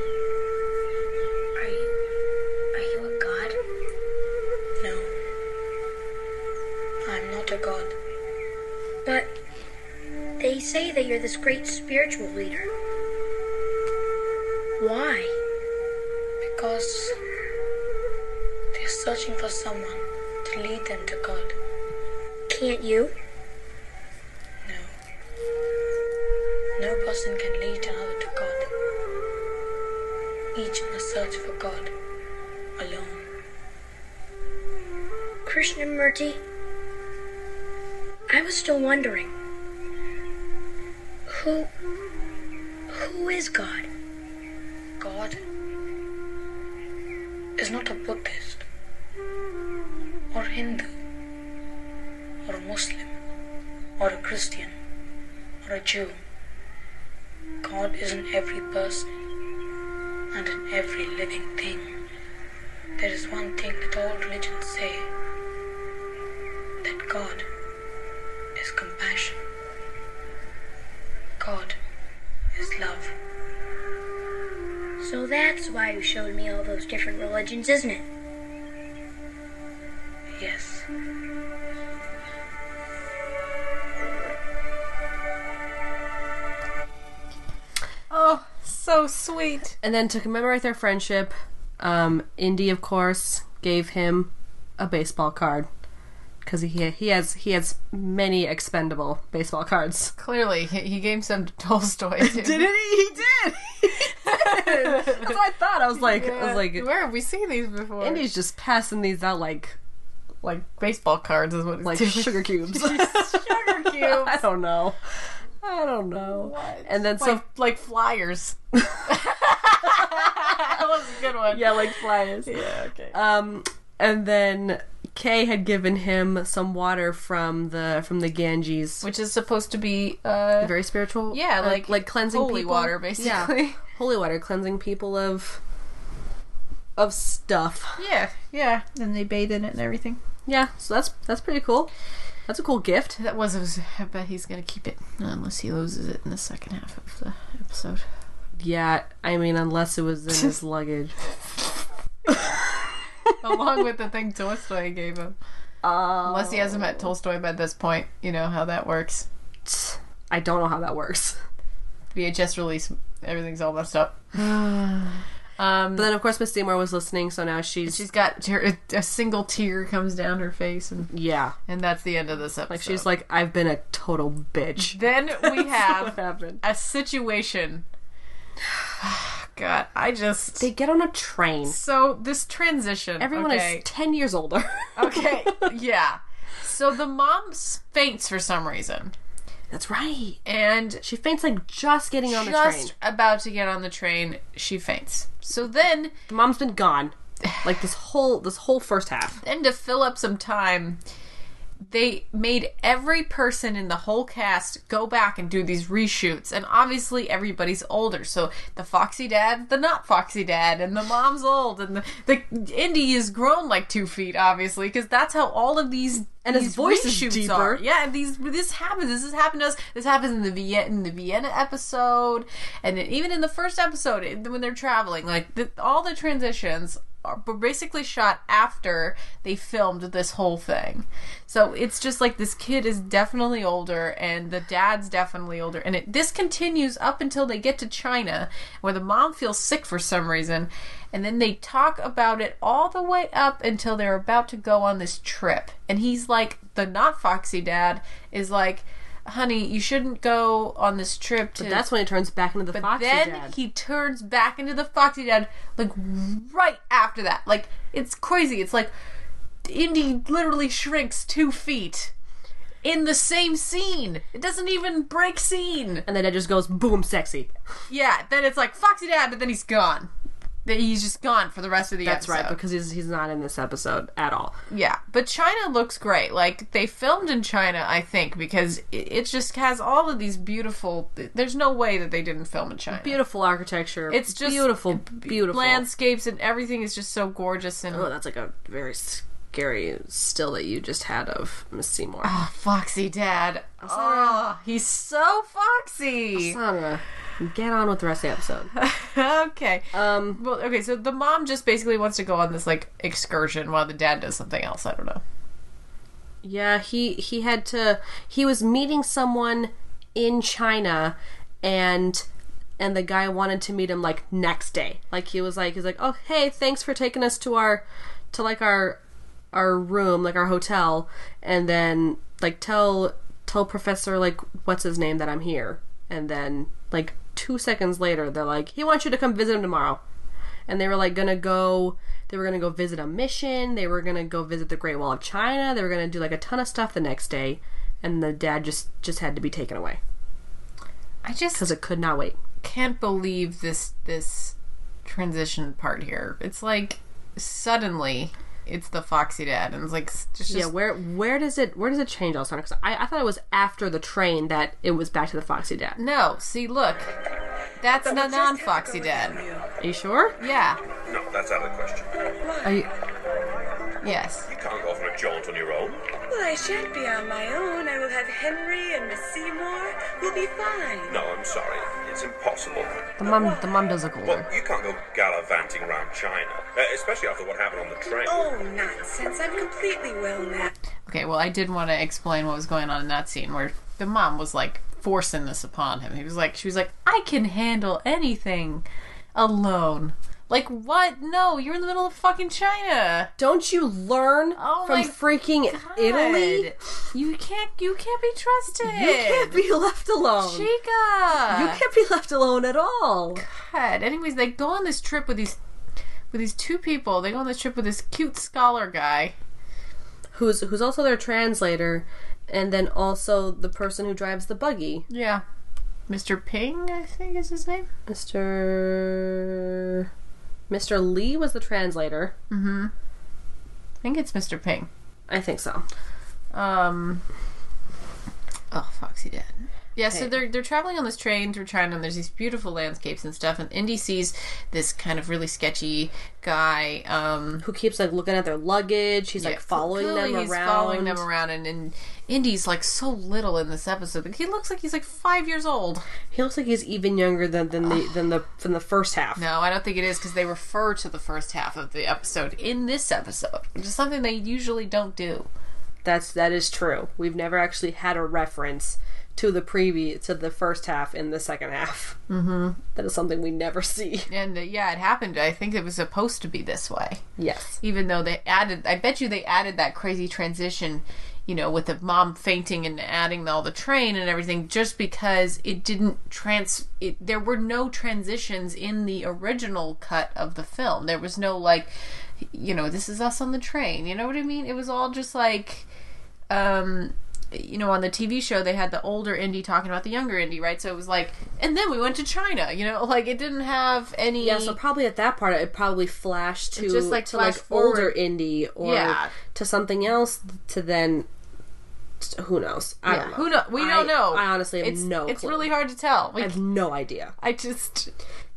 Are you are you a god? No. I'm not a god. But they say that you're this great spiritual leader. Why? Because they're searching for someone to lead them to God. Can't you? No. No person can lead another to God. Each in the search for God, alone. Krishnamurti, I was still wondering who. who is God? God is not a Buddhist, or Hindu, or a Muslim, or a Christian, or a Jew. God is in every person and in every living thing. There is one thing that all religions say that God is compassion, God is love. So that's why you showed me all those different religions, isn't it? Yes. Oh, so sweet. And then to commemorate their friendship, um, Indy of course gave him a baseball card because he he has he has many expendable baseball cards. Clearly, he, he gave some Tolstoy. Too. he? did. That's what I thought. I was like, I was like, Where have we seen these before? Indy's just passing these out like like baseball cards is what it's like doing. sugar cubes. sugar cubes. I don't know. I don't know. And then so like, like flyers. that was a good one. yeah, like flyers. Yeah. Okay. Um, and then Kay had given him some water from the from the Ganges. Which is supposed to be uh, very spiritual. yeah, uh, like like cleansing holy people. water, Yeah. basically. holy water, cleansing people of of stuff. Yeah, yeah. And they bathe in it and everything. Yeah, so that's that's pretty cool. That's a cool gift. That was, it was. I bet he's gonna keep it unless he loses it in the second half of the episode. Yeah, I mean, unless it was in his luggage. Along with the thing Tolstoy gave him. Unless he hasn't met Tolstoy by this point, you know how that works. I don't know how that works. VHS release, everything's all messed up. Um, But then, of course, Miss Seymour was listening, so now she's, She's got her, a single tear comes down her face, and yeah, and that's the end of this episode. like she's like, I've been a total bitch. Then we What have happened? a situation. God, I just They get on a train. so this transition. Everyone okay. is ten years older. okay, yeah. So the mom s- faints for some reason, that's right. and She faints like just getting on the train. just about to get on the train, she faints. So then, The mom's been gone, like this whole this whole first half. then to fill up some time, they made every person in the whole cast go back and do these reshoots, and obviously everybody's older. So the foxy dad, the not foxy dad, and the mom's old, and the the Indy is grown like two feet, obviously, because that's how all of these And his these voice is reshoots deeper. Are. Yeah, and these this happens. This has happened to us. This happens in the Vienna in the Vienna episode, and then even in the first episode it- when they're traveling. Like the, all the transitions are were basically shot after they filmed this whole thing. So it's just like this kid is definitely older, and the dad's definitely older, and it this continues up until they get to China, where the mom feels sick for some reason. And then they talk about it all the way up until they're about to go on this trip. And he's like, the not foxy dad is like, honey, you shouldn't go on this trip to. But that's when it turns back into the But foxy then dad. he turns back into the foxy dad, like right after that. Like, it's crazy. It's like Indy literally shrinks two feet in the same scene. It doesn't even break scene. and then it just goes boom, sexy. Yeah, then it's like foxy dad, but then he's gone. Then He's just gone for the rest of the That's episode. right, because he's he's not in this episode at all. Yeah, but China looks great. Like they filmed in China, I think, because it, it just has all of these beautiful. There's no way that they didn't film in China. Beautiful architecture. It's just beautiful, beautiful landscapes and everything is just so gorgeous and Oh, that's like a very scary still that you just had of Miss Seymour. Ah, foxy dad. Oh, he's so foxy. Sana, get on with the rest of the episode. okay. Um. Well, okay. So the mom just basically wants to go on this like excursion while the dad does something else. I don't know. Yeah, he he had to. He was meeting someone in China, and and the guy wanted to meet him like next day. Like he was like he's like, oh hey, thanks for taking us to our to like our our room, like our hotel, and then like tell tell Professor like what's his name that I'm here, and then like two seconds later they're like he wants you to come visit him tomorrow, and they were like gonna go they were gonna go visit a mission they were gonna go visit the great wall of china they were gonna do like a ton of stuff the next day and the dad just just had to be taken away I just because it could not wait can't believe this this transition part here. It's like suddenly it's the Foxy Dad, and it's like s- just, yeah where where does it where does it change all of a sudden because I, I thought it was after the train that it was back to the foxy dad no. See, look, that's the non Foxy Dad. are you sure Yeah, No, that's out of the question. are you yes. You can't go for a jaunt on your own. Well, I shan't be on my own. I will have Henry and Miss Seymour. We'll be fine. No, I'm sorry. It's impossible. the mom the mom does look Well, older you can't go gallivanting around China, uh, especially after what happened on the train. Oh, nonsense. I'm completely well now. Okay, well, I did want to explain what was going on in that scene where the mom was like forcing this upon him. He was like, she was like, I can handle anything alone. Like what? No, you're in the middle of fucking China. don't you learn Oh from my freaking italy you can't. You can't be trusted. you can't be left alone Chica. you can't be left alone at all God. Anyways, they go on this trip with these with these two people. They go on this trip with this cute scholar guy. who's who's also their translator and then also the person who drives the buggy Yeah. Mr. Ping, I think is his name. mr mr lee was the translator I think it's Mr. Ping. i think so Um Oh, Foxy Dad. Yeah, so they're they're traveling on this train through China, and there's these beautiful landscapes and stuff. And Indy sees this kind of really sketchy guy um, who keeps like looking at their luggage. He's like following clearly them he's around. following them around, and, and Indy's like so little in this episode. Like, he looks like he's like five years old. He looks like he's even younger than than the than the than the first half. No, I don't think it is because they refer to the first half of the episode in this episode, which is something they usually don't do. That's that is true. We've never actually had a reference to the previous to the first half in the second half. Mm-hmm. That is something we never see. And uh, yeah, it happened. I think it was supposed to be this way. Yes. Even though they added, I bet you they added that crazy transition, you know, with the mom fainting and adding all the train and everything, just because it didn't trans. It, there were no transitions in the original cut of the film. There was no like, you know, this is us on the train. You know what I mean? It was all just like, um, you know, on the TV show, they had the older indie talking about the younger indie, right? So it was like, and then we went to China, you know, like it didn't have any. Yeah, so probably at that part it probably flashed to It just, like, to like flashed forward. older indie or Yeah. to something else to then who knows? I don't Yeah, know. Who know? We I- don't know. I honestly have it's, no It's clue. really hard to tell. I Like, have no idea. I just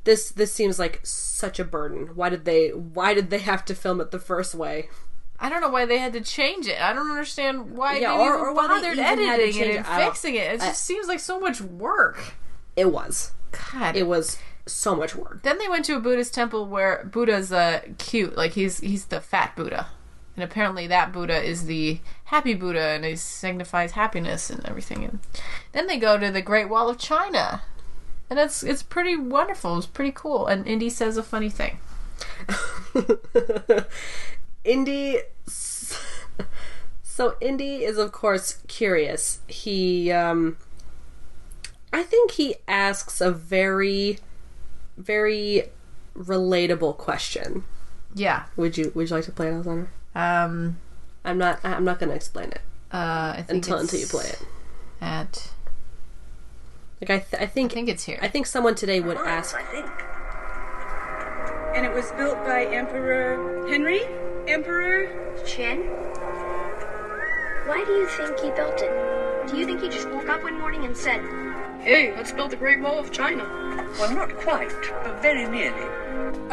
This this seems like such a burden. Why did they why did they have to film it the first way? I don't know why they had to change it. I don't understand why Yeah, they or- even or why they bothered even had to editing change it it. and I don't- fixing it. It I- just seems like so much work. It was. God, It was so much work. Then they went to a Buddhist temple where Buddha's uh, cute, like he's he's the fat Buddha, and apparently that Buddha is the happy Buddha, and he signifies happiness and everything. And then they go to the Great Wall of China, and that's it's pretty wonderful. It's pretty cool. And Indy says a funny thing. Indy. So Indy is of course curious. He, um, I think he asks a very, very relatable question. Yeah. Would you Would you like to play it, Alexander? Um. I'm not. I'm not going to explain it Uh. I think until it's until you play it. At Like I, th- I think I think it's here. I think someone today would ask. I think. And it was built by Emperor Henry? Emperor? Chin? Why do you think he built it? Do you think he just woke up one morning and said, Hey, let's build the Great Wall of China? Well, not quite, but very nearly.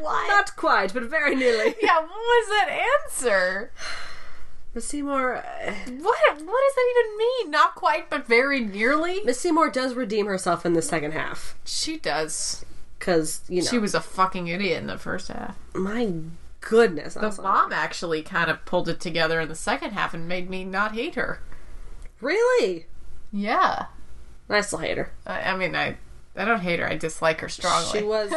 what? Not quite, but very nearly. yeah. What was that answer? Miss Seymour. uh, What? What does that even mean? Not quite, but very nearly. Miss Seymour does redeem herself in the second half She does. because you know She was a fucking idiot in the first half. my goodness. The Alexander. mom actually kind of pulled it together in the second half and made me not hate her. Really? Yeah. I still hate her. I, I mean, I I don't hate her. I dislike her strongly. She was.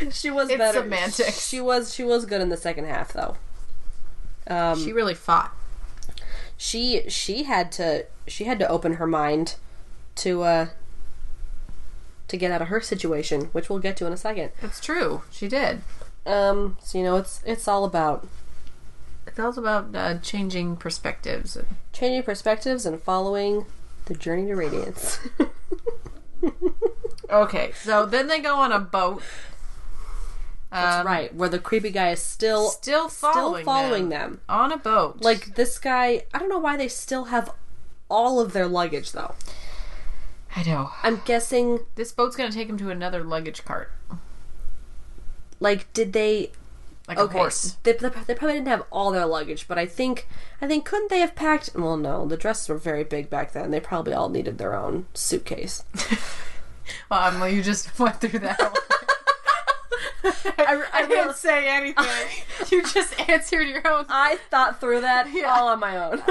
she, she was It's better. semantics. She was. She was good in the second half, though. Um, She really fought. she she had to she had to open her mind to uh to get out of her situation, which we'll get to in a second. That's true. She did. Um, so you know, it's it's all about It's all about uh, changing perspectives. and- changing perspectives and following the journey to radiance. Okay, so then they go on a boat. That's right, where the creepy guy is still Um, Still still following, following them. them. on a boat. Like this guy, I don't know why they still have all of their luggage though. I know I'm guessing this boat's gonna take him to another luggage cart, like did they like okay a horse. They, they, they probably didn't have all their luggage but i think i think couldn't they have packed well no the dresses were very big back then they probably all needed their own suitcase Um, Well, Emily, you just went through that. I, really- didn't say anything. you just answered your own. i thought through that all on my own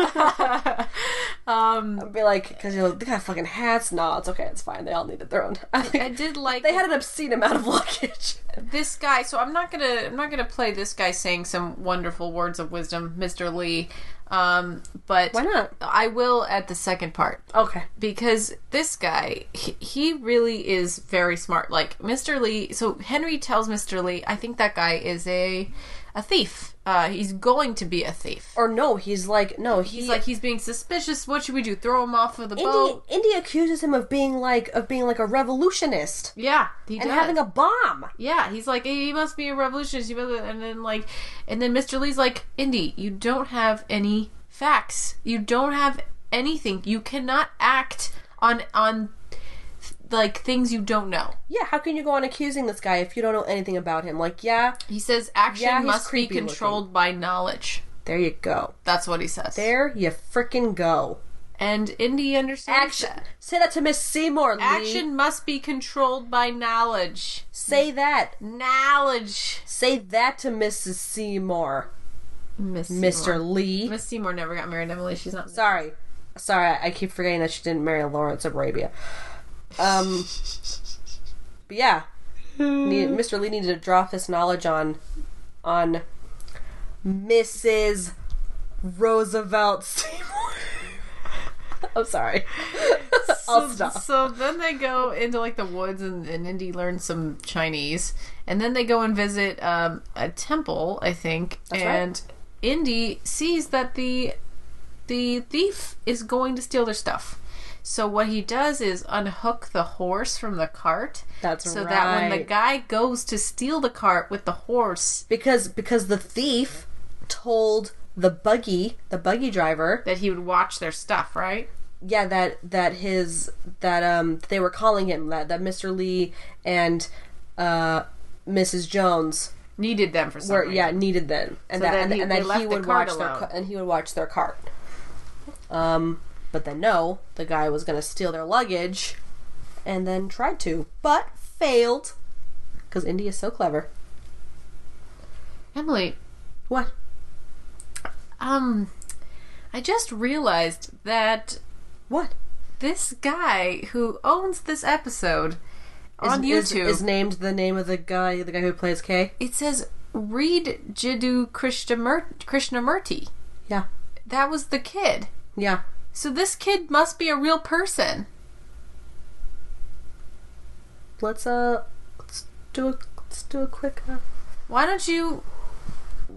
Um, i'd be like because you know they got fucking hats no it's okay it's fine they all needed their own I, I did like they had an obscene amount of luggage this guy. So I'm not gonna I'm not gonna play this guy saying some wonderful words of wisdom, Mr. Lee. Um, but Why not? I will at the second part. okay because this guy he, he really is very smart like mr lee so henry tells mr lee i think that guy is a a thief uh he's going to be a thief or no he's like no he, he's like he's being suspicious what should we do throw him off of the indy, boat indy accuses him of being like of being like a revolutionist yeah he and does. having a bomb yeah he's like hey, he must be a revolutionist he must be-" and then like and then mr lee's like indy you don't have any facts you don't have anything. You cannot act on on like things you don't know. Yeah, how can you go on accusing this guy if you don't know anything about him? Like, yeah, He says action Yeah, he's must be creepy controlled by knowledge. there you go. That's what he says. There you freaking go. And Indy understands Action. that. Say that to Miss Seymour. Lee. Action must be controlled by knowledge. Say that. Knowledge. Say that to Mrs. Seymour. Miss Mr. Seymour. Lee. Miss Seymour never got married. Emily, she's not. Sorry. Sorry, I- I keep forgetting that she didn't marry Lawrence of Arabia. Um, but yeah, Need- Mr. Lee needed to drop this knowledge on on Mrs. Roosevelt Seymour. I'm sorry. I'll so, stop. so then they go into like the woods and, and Indy learns some Chinese. And then they go and visit um, a temple, I think. That's right. and Indy sees that the the thief is going to steal their stuff. So what he does is unhook the horse from the cart. That's so that when the right. guy goes to steal the cart with the horse Because because the thief told the buggy the buggy driver that he would watch their stuff, right? yeah that that his that um they were calling him that that Mr. Lee and uh Mrs. Jones Needed them for were something. yeah needed them and So that then and, he- and they that left he the would cart watch their alone. ca- and he would watch their cart. Um but then no, the guy was going to steal their luggage and then tried to but failed cuz India is so clever. Emily, What? um I just realized that What? this guy who owns this episode on is, YouTube is, is named the name of the guy the guy who plays K. it says read Jiddu Krishnamur- Krishnamurti. Yeah. That was the kid. Yeah. So this kid must be a real person. Let's uh let's do a let's do a quick uh, Why don't you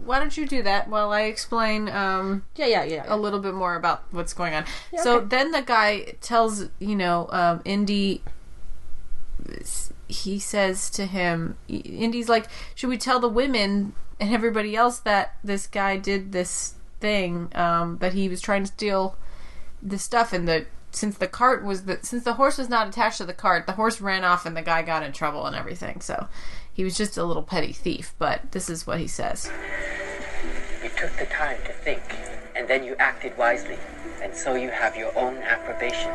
why don't you do that while I explain um Yeah, yeah, yeah. a little bit more about what's going on. so okay. then the guy tells, you know, um, Indy. He says to him, Indy's like, "Should we tell the women and everybody else that this guy did this thing um, that he was trying to steal the stuff?" And the since the cart was the since the horse was not attached to the cart, the horse ran off and the guy got in trouble and everything. So he was just a little petty thief. But this is what he says. You took the time to think, and then you acted wisely, and so you have your own approbation.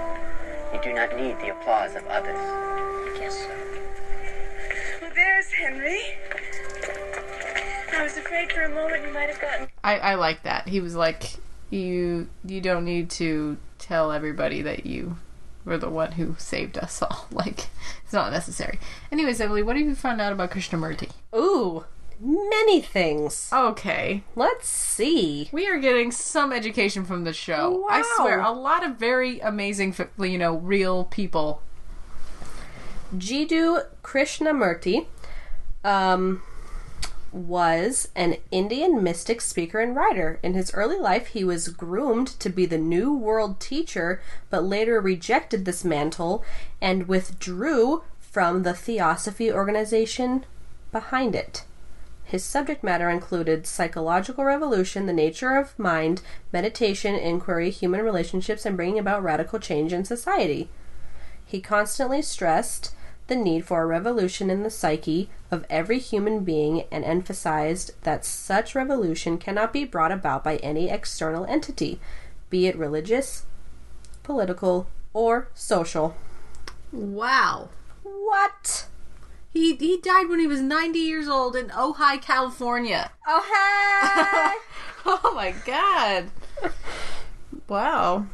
You do not need the applause of others. I guess so. Well, there's Henry. I was afraid for a moment you might have gotten I, I like that. He was like, you you don't need to tell everybody that you were the one who saved us all. Like, it's not necessary. Anyways, Emily, what have you found out about Krishnamurti? Ooh, many things. Okay, Let's see. we are getting some education from the show. I Wow. swear, a lot of very amazing, fi- you know, real people. Jiddu Krishnamurti um, was an Indian mystic speaker and writer. In his early life, he was groomed to be the New World teacher, but later rejected this mantle and withdrew from the Theosophy organization behind it. His subject matter included psychological revolution, the nature of mind, meditation, inquiry, human relationships, and bringing about radical change in society. He constantly stressed the need for a revolution in the psyche of every human being and emphasized that such revolution cannot be brought about by any external entity, be it religious, political, or social. Wow. What? He, he died when he was 90 years old in Ojai, California. Oh, hey! Oh my god. Wow.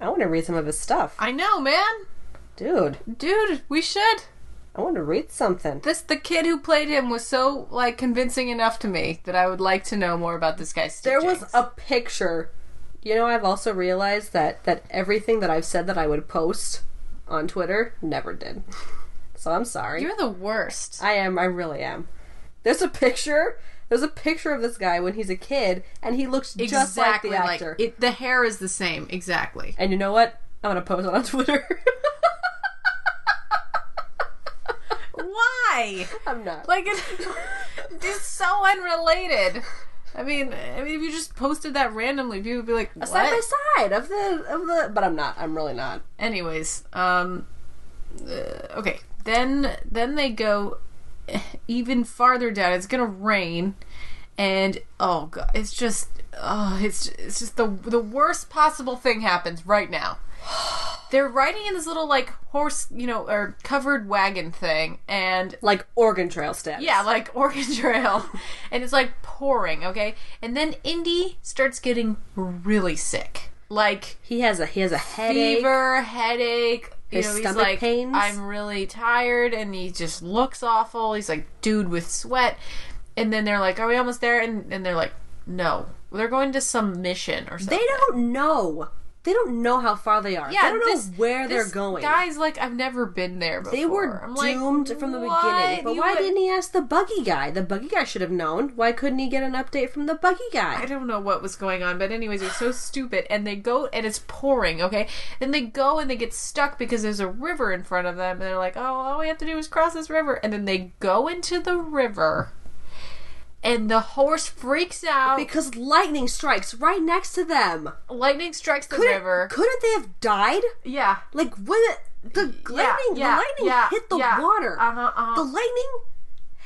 I want to read some of his stuff. I know, man. Dude, Dude, we should. I want to read something. This the kid who played him was so like convincing enough to me that I would like to know more about this guy's. There was teachings. a picture. You know, I've also realized that that everything that I've said that I would post on Twitter never did. So I'm sorry. You're the worst. I am. I really am. There's a picture. There's a picture of this guy when he's a kid, and he looks just like the actor. it, the hair is the same. Exactly. and you know what? I'm gonna post it on Twitter. Why? I'm not. Like it, it's so unrelated. I mean, I mean, if you just posted that randomly, people would be like, A what? side by side of the of the but I'm not. I'm really not. Anyways, um, uh, okay. Then then they go even farther down. It's gonna rain, and oh god, it's just oh, it's it's just the the worst possible thing happens right now. They're riding in this little like horse, you know, or covered wagon thing, and like Oregon Trail steps. Yeah, like Oregon Trail, and it's like pouring. Okay, and then Indy starts getting really sick. Like he has a he has a headache. fever, headache. You His know, he's stomach like, pains. I'm really tired, and he just looks awful. He's like, dude, with sweat. And then they're like, Are we almost there? And, and they're like, No, they're going to some mission or something. They don't know. They don't know how far they are. Yeah, they don't know this- where they're this going. Guys, like, I've never been there before. they were I'm like, doomed from the "What? beginning. But You why would- didn't he ask the buggy guy? The buggy guy should have known. Why couldn't he get an update from the buggy guy? I don't know what was going on, but anyways, they're so stupid. And they go, and it's pouring, okay? Then they go and they get stuck because there's a river in front of them, and they're like, oh, all we have to do is cross this river. And then they go into the river, and the horse freaks out. Because lightning strikes right next to them. lightning strikes the Couldn't- river. Couldn't they have died? yeah. Like what? The lightning, yeah, the lightning yeah, hit the yeah. water. Uh-huh, uh-huh. The lightning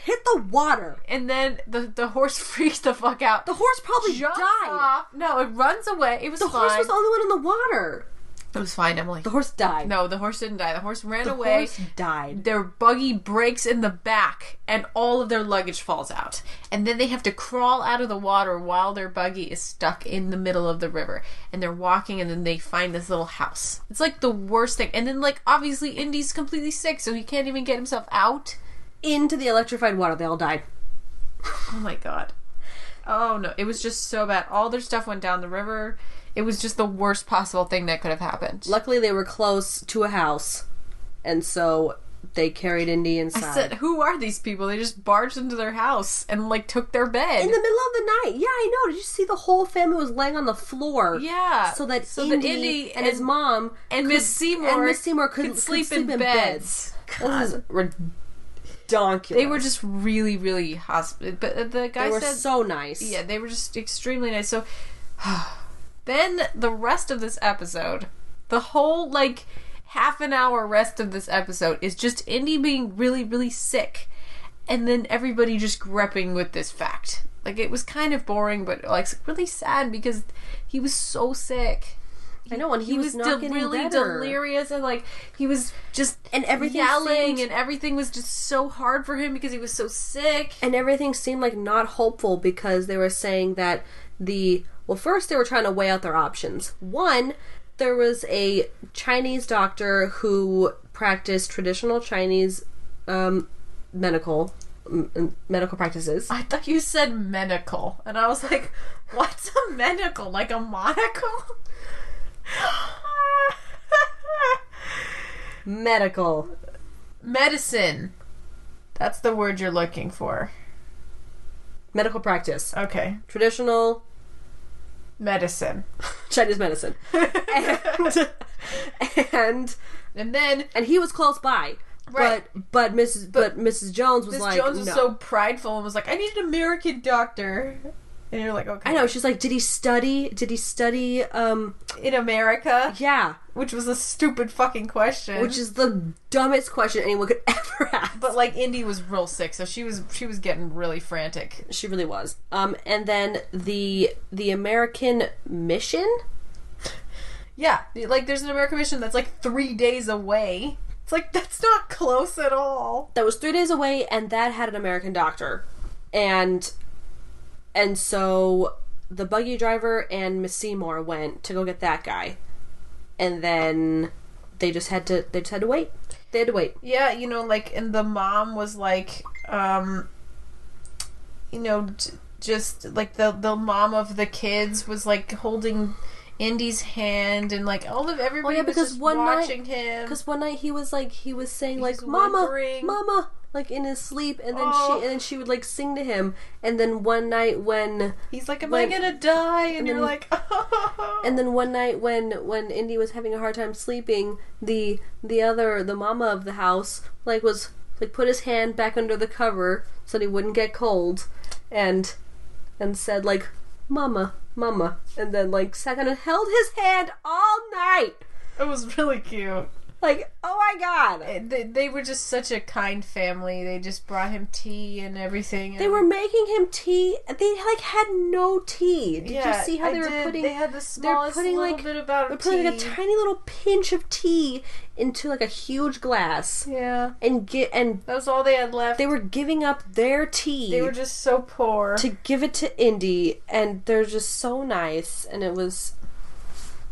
hit the water. And then the, the horse freaks the fuck out. The horse probably jumps died. off. No, it runs away. It was The fine. horse was the only one in the water. it was fine, Emily. The horse died. no, the horse didn't die. The horse ran the away. horse died. their buggy breaks in the back and all of their luggage falls out. And then they have to crawl out of the water while their buggy is stuck in the middle of the river. And they're walking and then they find this little house. It's like the worst thing. And then, like, obviously, Indy's completely sick, so he can't even get himself out. Into the electrified water. They all died. Oh my god. Oh no, it was just so bad. All their stuff went down the river. It was just the worst possible thing that could have happened. Luckily, they were close to a house, and so they carried Indy inside. I said, who are these people? They just barged into their house and like took their bed. in the middle of the night. Yeah, I know. Did you see the whole family was laying on the floor? Yeah. So that So that Indy, Indy and, his and- mom and could- Miss Seymour and Miss Seymour could, could sleep in beds. This is ridiculous. They were just really, really hospital. But the guy They were said, so nice. yeah, they were just extremely nice. So then the rest of this episode, the whole like half an hour rest of this episode is just Indy being really, really sick, and then everybody just grepping with this fact. Like it was kind of boring, but like really sad because he was so sick. I know, and he, He, was, was, not de- getting really better. delirious and like he was just And everything yelling seemed- and everything was just so hard for him because he was so sick. and everything seemed like not hopeful because they were saying that the well first they were trying to weigh out their options one there was a chinese doctor who practiced traditional chinese um, medical m- m- medical practices I thought you said medical, and I was like, "What's a medical? Like a monocle?" medical Medicine. That's the word you're looking for. medical practice Okay, traditional medicine. chinese medicine and, and And then and he was close by Right. but but mrs but, mrs jones was Miss like Jones was no. so prideful and was like, "I need an American doctor." And you're like, "Okay." i know she's like did he study did he study um In America, yeah which was a stupid fucking question. which is the dumbest question anyone could ever ask. but like Indy was real sick, so she was she was getting really frantic. she really was. Um, and then the the American mission. Yeah, like there's an American mission that's like three days away. It's like that's not close at all. that was three days away and that had an american doctor and and so the buggy driver and miss seymour went to go get that guy and then they just had to they just had to wait they had to wait Yeah, you know, like and the mom was like, um, you know, j- just like the the mom of the kids was like holding Indy's hand and like all of everybody Oh, yeah, because was just one night- watching him. because one night he was like he was saying was like mama whimpering. mama like in his sleep and then Oh. she and then she would like sing to him and then one night when He's like, "Am when- I gonna die?" And, you're then- like, "Oh." And then one night when when Indy was having a hard time sleeping, the the other the mama of the house like was like put his hand back under the cover so that he wouldn't get cold and and said like mama mama and then like sat down and held his hand all night it was really cute like oh my god they, they were just such a kind family they just brought him tea and everything and they were making him tea they like had no tea did Yeah, you see how I they were did. putting They had the they're smallest little bit about they're putting like a tea. tiny little pinch of tea into like a huge glass yeah and get and that was all they had left they were giving up their tea they were just so poor to give it to Indy, and they're just so nice, and it was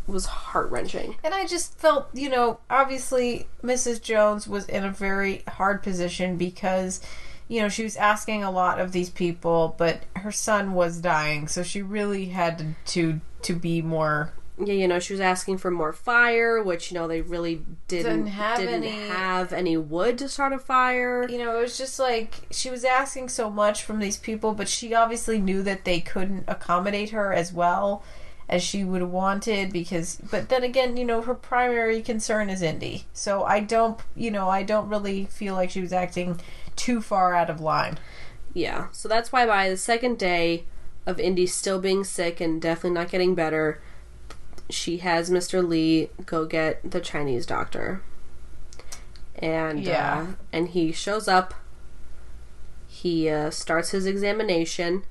was heart wrenching. And I just felt, you know, obviously Mrs. Jones was in a very hard position because, you know, she was asking a lot of these people, but her son was dying, so she really had to to be more. Yeah, you know, she was asking for more fire, which you know they really didn't Didn't have didn't any. have any wood to start a fire. You know, it was just like she was asking so much from these people, but she obviously knew that they couldn't accommodate her as well as she would have wanted because but then again, you know, her primary concern is Indy. So I don't, you know, I don't really feel like she was acting too far out of line. Yeah, so that's why by the second day of Indy still being sick and definitely not getting better, she has Mr. Lee go get the Chinese doctor. And Yeah. uh, and he shows up. He uh, starts his examination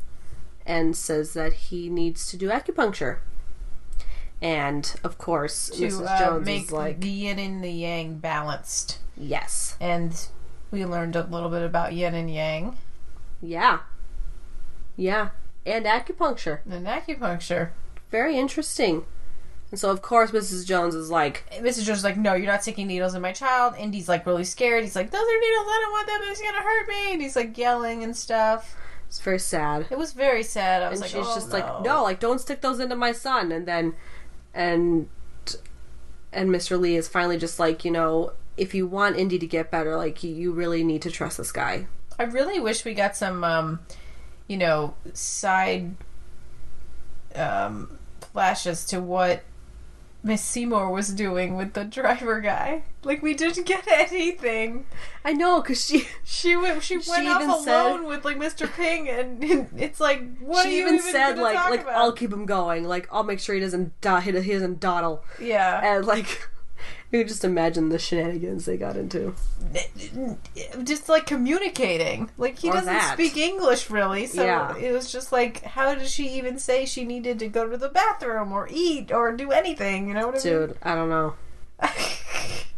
and says that he needs to do acupuncture. And of course, to Mrs. uh, Jones make is like, the yin and the yang balanced. "Yes, And we learned a little bit about yin and yang yeah, yeah, and acupuncture." and acupuncture. Very interesting. And so, of course, Mrs. Jones is like, And Mrs. Jones is like, no, you're not sticking needles in my child. Indy's like really scared. He's like, those are needles. I don't want them. It's gonna hurt me. And he's like yelling and stuff. it's very sad. It was very sad. I And was like, she's "Oh, just like, no, like, don't stick those into my son. And then, and, and Mr. Lee is finally just like, you know, if you want Indy to get better, like, you, you really need to trust this guy. I really wish we got some, um, you know, side um, flashes to what Miss Seymour was doing with the driver guy. Like we didn't get anything. I know, because she, She went. She went She off even alone said- with like Mr. Ping, and, it's like, what are she you even said, gonna like, talk like, about? I'll keep him going. Like, I'll make sure he doesn't, do- he he doesn't dawdle. yeah. And, like, you can just imagine the shenanigans they got into. just like communicating. Like he Or doesn't that. speak English really, so Yeah. it was just like, how did she even say she needed to go to the bathroom or eat or do anything? You know what I mean? Dude, I don't know.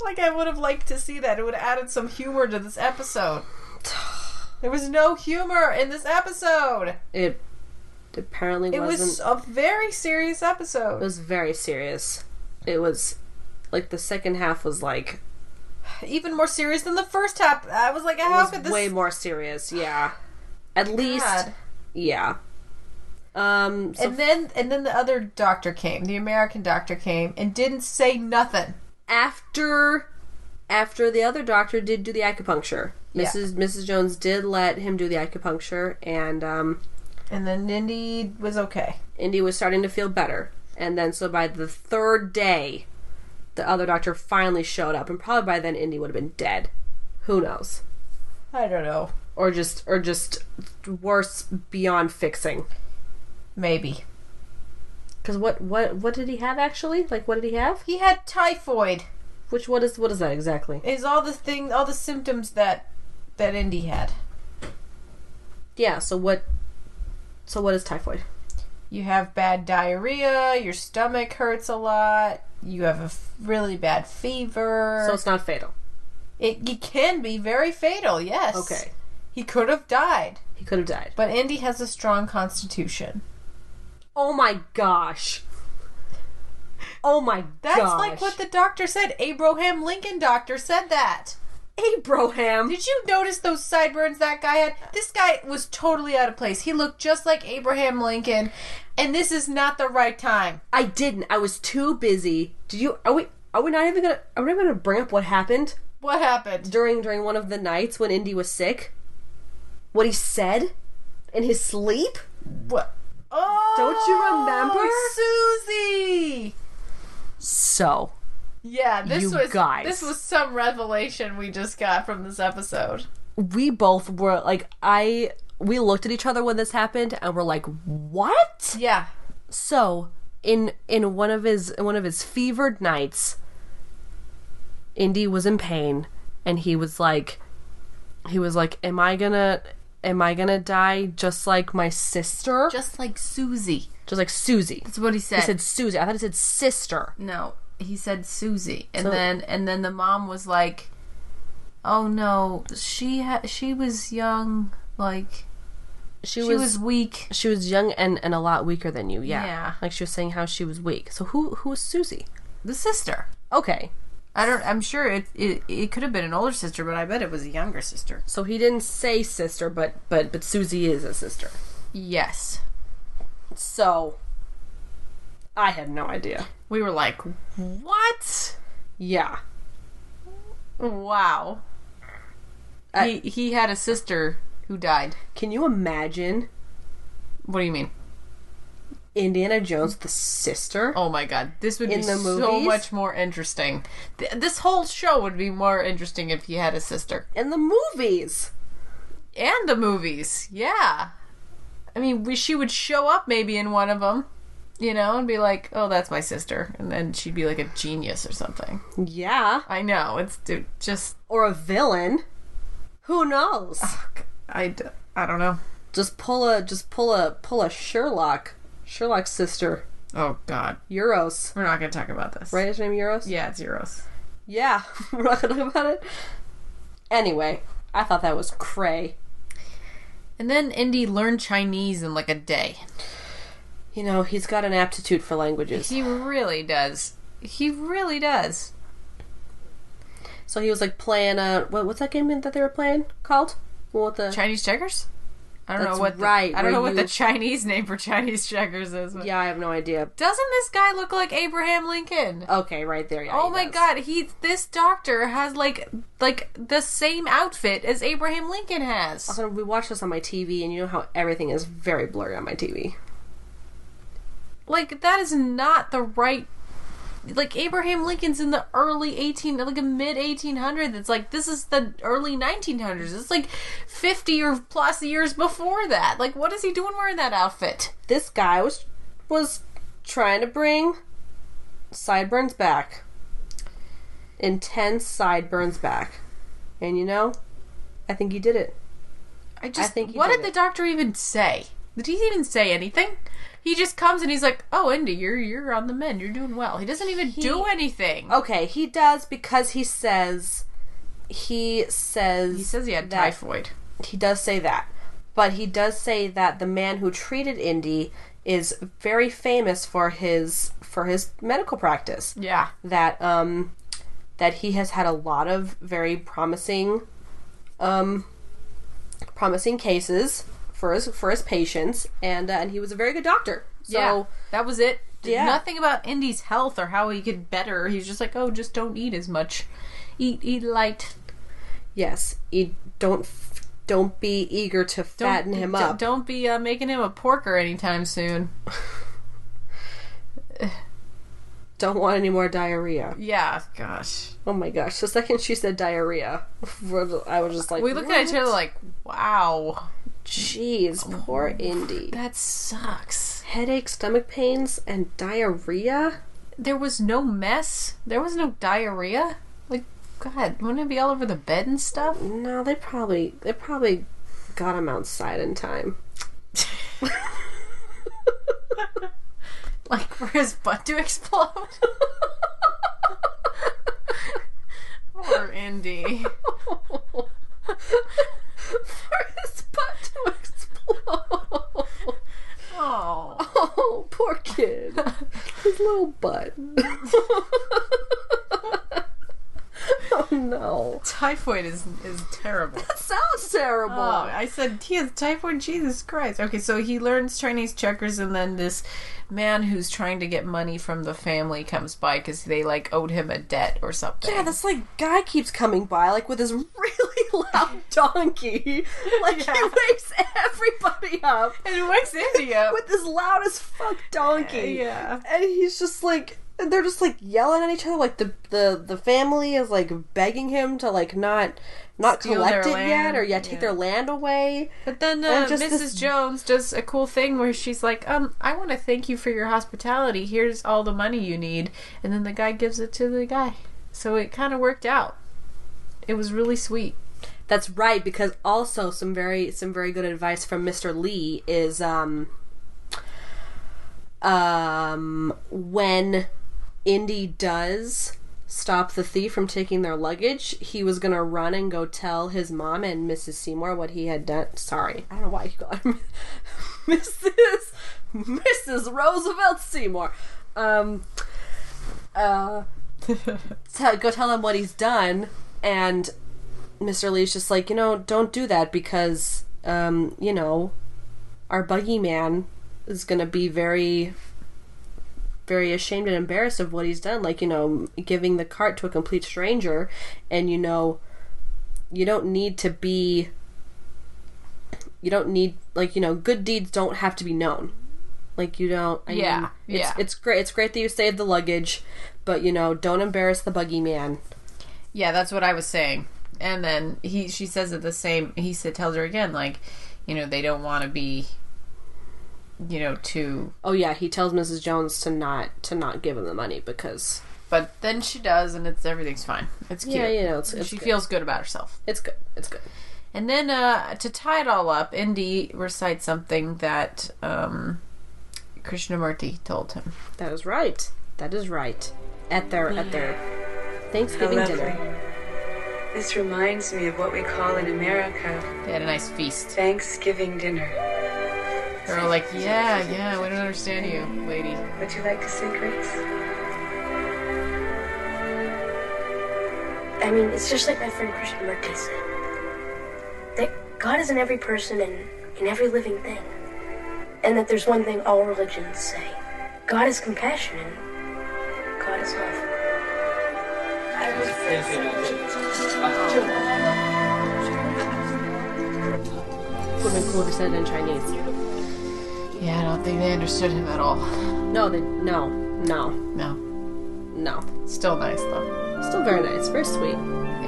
like I would have liked to see that. It would have added some humor to this episode. There was no humor in this episode. It apparently It wasn't. was a very serious It episode. was very serious. It was like the second half was like Even more serious than the first half. I was like, it how was could this way more serious. Yeah, at least God. yeah. Um, so and then and then the other doctor came, the American doctor came and didn't say nothing. after after the other doctor did do the acupuncture, Yeah. Mrs. Mrs. Jones did let him do the acupuncture, and um, And then Nindy was okay. Indy was starting to feel better. And then so by the third day, the other doctor finally showed up, and probably by then Indy would have been dead. Who knows? I don't know. Or just or just worse beyond fixing. Maybe. Because what what what did he have actually? Like what did he have? He had typhoid. Which what is what is that exactly? Is all the thing all the symptoms that that Indy had. Yeah. So what? So what is typhoid? You have bad diarrhea, your stomach hurts a lot, you have a f- really bad fever. So it's not fatal. it, it can be very fatal, yes. Okay. He could have died, He could have died. but Indy has a strong constitution. Oh my gosh. Oh my That's gosh. like what the doctor said. Abraham Lincoln doctor said that. Abraham. Did you notice those sideburns that guy had? This guy was totally out of place. He looked just like Abraham Lincoln, and this is not the right time. I didn't. I was too busy. Did you? Are we? Are we not even gonna? Are we not gonna bring up what happened What happened? during during one of the nights when Indy was sick? What he said in his sleep? What? Oh, Don't you remember? Susie? So Yeah, this You was guys. this was some revelation we just got from this episode. we both were like I we looked at each other when this happened and we're like, "What?" Yeah. So, in in one of his in one of his fevered nights, Indy was in pain and he was like he was like, "Am I going to am I going to die just like my sister?" Just like Susie. Just like Susie. That's what he said. He said Susie. I thought he said sister. No, he said Susie, and So- then and then the mom was like, "Oh no, she ha- she was young, like She, She was weak. She was young and, and a lot weaker than you. Yeah. Yeah. Like she was saying how she was weak. So who who was Susie? the sister." Okay. I don't. I'm sure it it, it could have been an older sister, but I bet it was a younger sister. So he didn't say sister, but but but Susie is a sister. Yes, So I had no idea. we were like, "What? Yeah. Wow." he he had a sister who died. Can you imagine What do you mean? Indiana Jones with a sister? Oh my god, this would In be the so movies? much more interesting. Th- this whole show would be more interesting if he had a sister. In the movies. And the movies, yeah. I mean, we, she would show up maybe in one of them, you know, and be like, "Oh, that's my sister," and then she'd be like a genius or something. Yeah. I know it's it just Or a villain. Who knows? I d- I don't know. just pull a just pull a pull a Sherlock. Sherlock's sister. Oh God, Euros. we're not gonna talk about this. Right his name Euros? Yeah, it's Euros. Yeah, we're not gonna talk about it. Anyway, I thought that was cray. And then Indy learned Chinese in like a day. You know, he's got an aptitude for languages. He really does. He really does. So he was like playing uh what, what's that game that they were playing called? What the Chinese checkers? I don't That's know what the, right, I don't know where what the you- Chinese name for Chinese checkers is. but- Yeah, I have no idea. Doesn't this guy look like Abraham Lincoln? Okay, right there. Yeah, oh he my does. god, he this doctor has like like the same outfit as Abraham Lincoln has. Also, we watched this on my TV, and you know how everything is very blurry on my TV. Like that is not the right like Abraham Lincoln's in the early 18 like a mid 1800s. It's like this is the early 1900s. It's like 50 or plus years before that. Like what is he doing wearing that outfit? This guy was was trying to bring sideburns back, intense sideburns back, and you know, I think he did it. I just think he what did did, it. the doctor even say? Did he even say anything? He just comes and he's like, "Oh, Indy, you're you're on the mend. You're doing well." He doesn't even do anything. Okay, he does because he says he says he says he had that- typhoid. He does say that. But he does say that the man who treated Indy is very famous for his for his medical practice. Yeah, That um that he has had a lot of very promising um promising cases for his for his patients and uh, and he was a very good doctor. So yeah. That was it. Did Yeah. Nothing about Indy's health or how he could better. He's just like, "Oh, just don't eat as much. Eat eat light. yes, he, don't f- don't be eager to Don't, fatten him d- up. Don't be uh, making him a porker anytime soon." don't want any more diarrhea. Yeah, gosh. Oh my gosh! The second she said diarrhea, I was just like, We looked at each "What? other like, "Oh "Wow, Jeez, poor Indy. that sucks." Headaches, stomach pains, and diarrhea. there was no mess. There was no diarrhea. Like, God, wouldn't it be all over the bed and stuff? No, they probably they probably got him outside in time. Like, for his butt to explode? Poor Indy. For his butt to explode. Oh. Oh, poor kid. His little butt. oh no. Typhoid is is terrible. Sounds terrible. Oh, I said he has typhoid. Jesus Christ. Okay, so he learns Chinese checkers, and then this man who's trying to get money from the family comes by because they like owed him a debt or something. Yeah, this like guy keeps coming by, like with his really loud donkey. Like he wakes everybody up and it wakes Indy up. with this loud as fuck donkey. Yeah. And he's just like And they're just like yelling at each other. Like the the the family is like begging him to like not not Steal collect it their yet land, or yeah take their land away. But then uh, And just Mrs. this- Jones does a cool thing where she's like, "Um, I want to thank you for your hospitality. Here's all the money you need," and then the guy gives it to the guy. So it kind of worked out. It was really sweet. That's right, because also some very some very good advice from Mr. Lee is um um when Indy does stop the thief from taking their luggage, he was gonna run and go tell his mom and Mrs. Seymour what he had done. Sorry, I don't know why he got Mrs. Mrs. Roosevelt Seymour. Um, uh, tell, go tell him what he's done, and Mr. Lee's just like, you know, don't do that because, um, you know, our buggy man is gonna be very, very ashamed and embarrassed of what he's done. Like, you know, giving the cart to a complete stranger, and you know, you don't need to be. You don't need like you know, good deeds don't have to be known. Like you don't. I Yeah, mean, it's, yeah. It's great. It's great that you saved the luggage, but you know, don't embarrass the buggy man. Yeah, that's what I was saying. And then he she says it the same. He said tells her again like, you know, they don't want to be you know, too Oh yeah, he tells Mrs. Jones to not to not give him the money because but then she does and it's everything's fine. It's cute. Yeah, you know, it's- it's she good. feels good about herself. it's good. It's good. And then uh, to tie it all up, Indy recites something that um, Krishnamurti told him. That is right. That is right. At their at their Thanksgiving How dinner. This reminds me of what we call in America. They had a nice feast. Thanksgiving dinner. They're all like, yeah, yeah, we don't understand you, lady. Would you like to sing, Grace? I mean, it's just like my friend Krishnamurti said that God is in every person and in every living thing, and that there's one thing all religions say God is compassion and God is love. Would have been cool if he said it in Chinese. Yeah, I don't think they understood him at all. No, they no, no, No. no. Still nice, though. Still very nice, very sweet.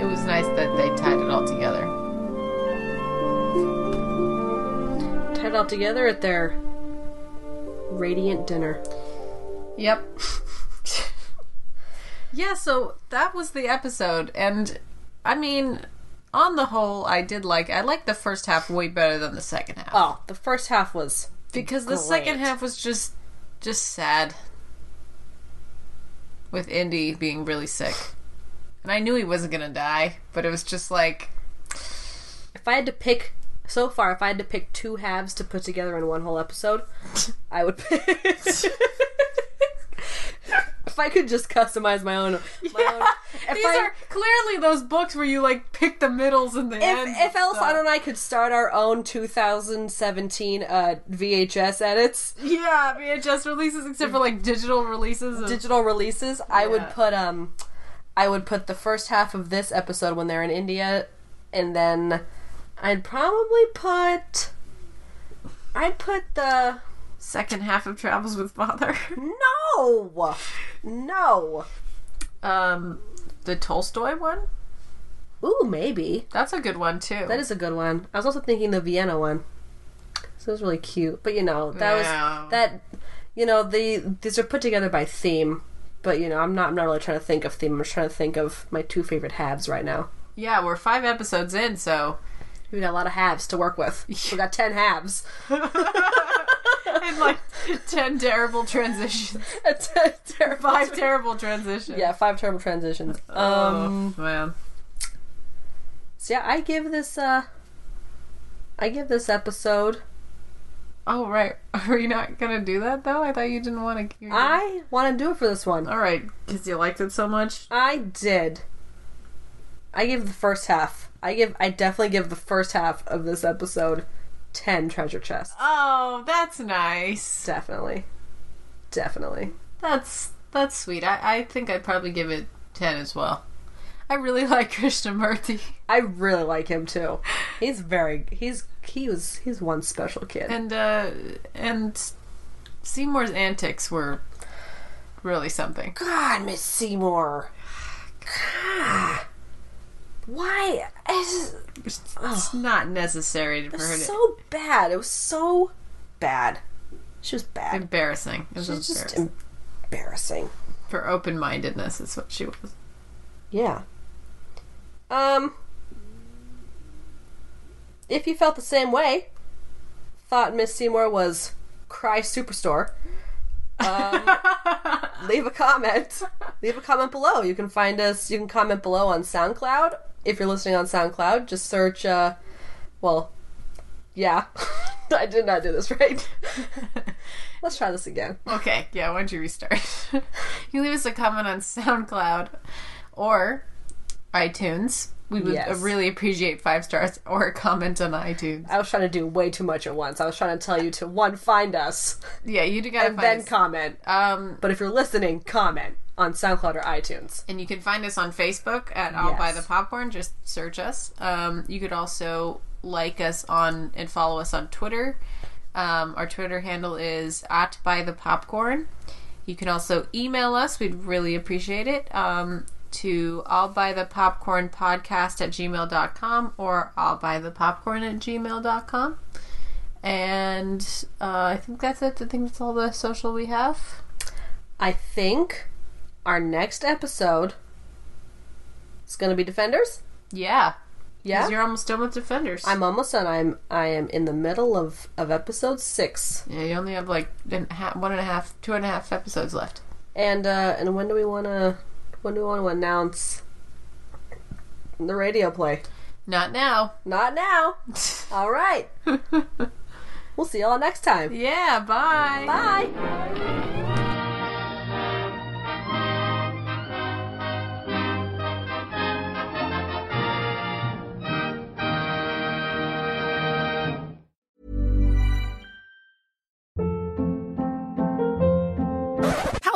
It was nice that they tied it all together. Tied it all together at their radiant dinner. Yep. yeah, so that was the episode. And, I mean, on the whole, I did like I liked the first half way better than the second half. Oh, the first half was because the second half was just just sad with Indy being really sick. And I knew he wasn't going to die, but it was just like if I had to pick so far, if I had to pick two halves to put together in one whole episode, I would pick. if I could just customize my own, my own. If these I, are clearly those books where you like pick the middles and the ends. if, if Elizondo and I could start our own 2017 uh, VHS edits, yeah, VHS releases except for like digital releases. Of, digital releases, I would Yeah. put um, I would put the first half of this episode when they're in India, and then I'd probably put, I'd put the second half of Travels with Father. no, no, um, the Tolstoy one. ooh maybe That's a good one too. that is a good one. I was also thinking the Vienna one. So it was really cute, but you know that Yeah. was that. You know the these are put together by theme, but you know I'm not I'm not really trying to think of theme. I'm just trying to think of my two favorite halves right now. yeah, we're five episodes in, so We got a lot of halves to work with. We got ten halves. and like ten terrible transitions. Five terrible transitions. yeah, five terrible transitions. Um, Man. so yeah, I give this uh, I give this episode. Oh right. Are you not gonna do that though? I thought you didn't want to. I want to do it for this one. All right, because you liked it so much. I did. I give the first half. I give. I definitely give the first half of this episode ten treasure chests. Oh, that's nice. Definitely, definitely. That's that's sweet. I, I think I'd probably give it ten as well. I really like Krishnamurti. I really like him too. He's very. He's he was. He's one special kid. And uh and Seymour's antics were really something. God, Miss Seymour. God. Why? It's, it's not necessary for her to. Oh. so bad. It was so bad. She was bad. Embarrassing. It was She's just embarrassing. embarrassing. For open mindedness is what she was. Yeah. Um. If you felt the same way, thought Miss Seymour was Cry Superstore, um, leave a comment. Leave a comment below. You can find us, you can comment below on SoundCloud. If you're listening on SoundCloud, just search, uh, well, yeah. I did not do this right. Let's try this again. Okay, yeah, why don't you restart? you can leave us a comment on SoundCloud or iTunes. We would Yes. really appreciate five stars or a comment on iTunes. I was trying to do way too much at once. I was trying to tell you to one, find us, Yeah, you do gotta and find then us. comment. um, But if you're listening, comment on SoundCloud or iTunes. and you can find us on Facebook at I'll Buy Yes. the Popcorn. Just search us. Um, you could also like us on and follow us on Twitter. Um, our Twitter handle is at Buy the Popcorn. You can also email us. We'd really appreciate it. Um, to I'll Buy the Popcorn podcast at gmail.com or I'll Buy the Popcorn at gmail.com. And uh, I think that's it. I think that's all the social we have. I think our next episode is going to be Defenders. Yeah. 'Cause Yeah, You're almost done with Defenders. I'm almost done. I'm I am in the middle of of episode six. Yeah, you only have like an, ha- one and a half, two and a half episodes left. And uh and when do we want to when do we want to announce the radio play? Not now. Not now. All right. we'll see y'all next time. Yeah, bye. Bye.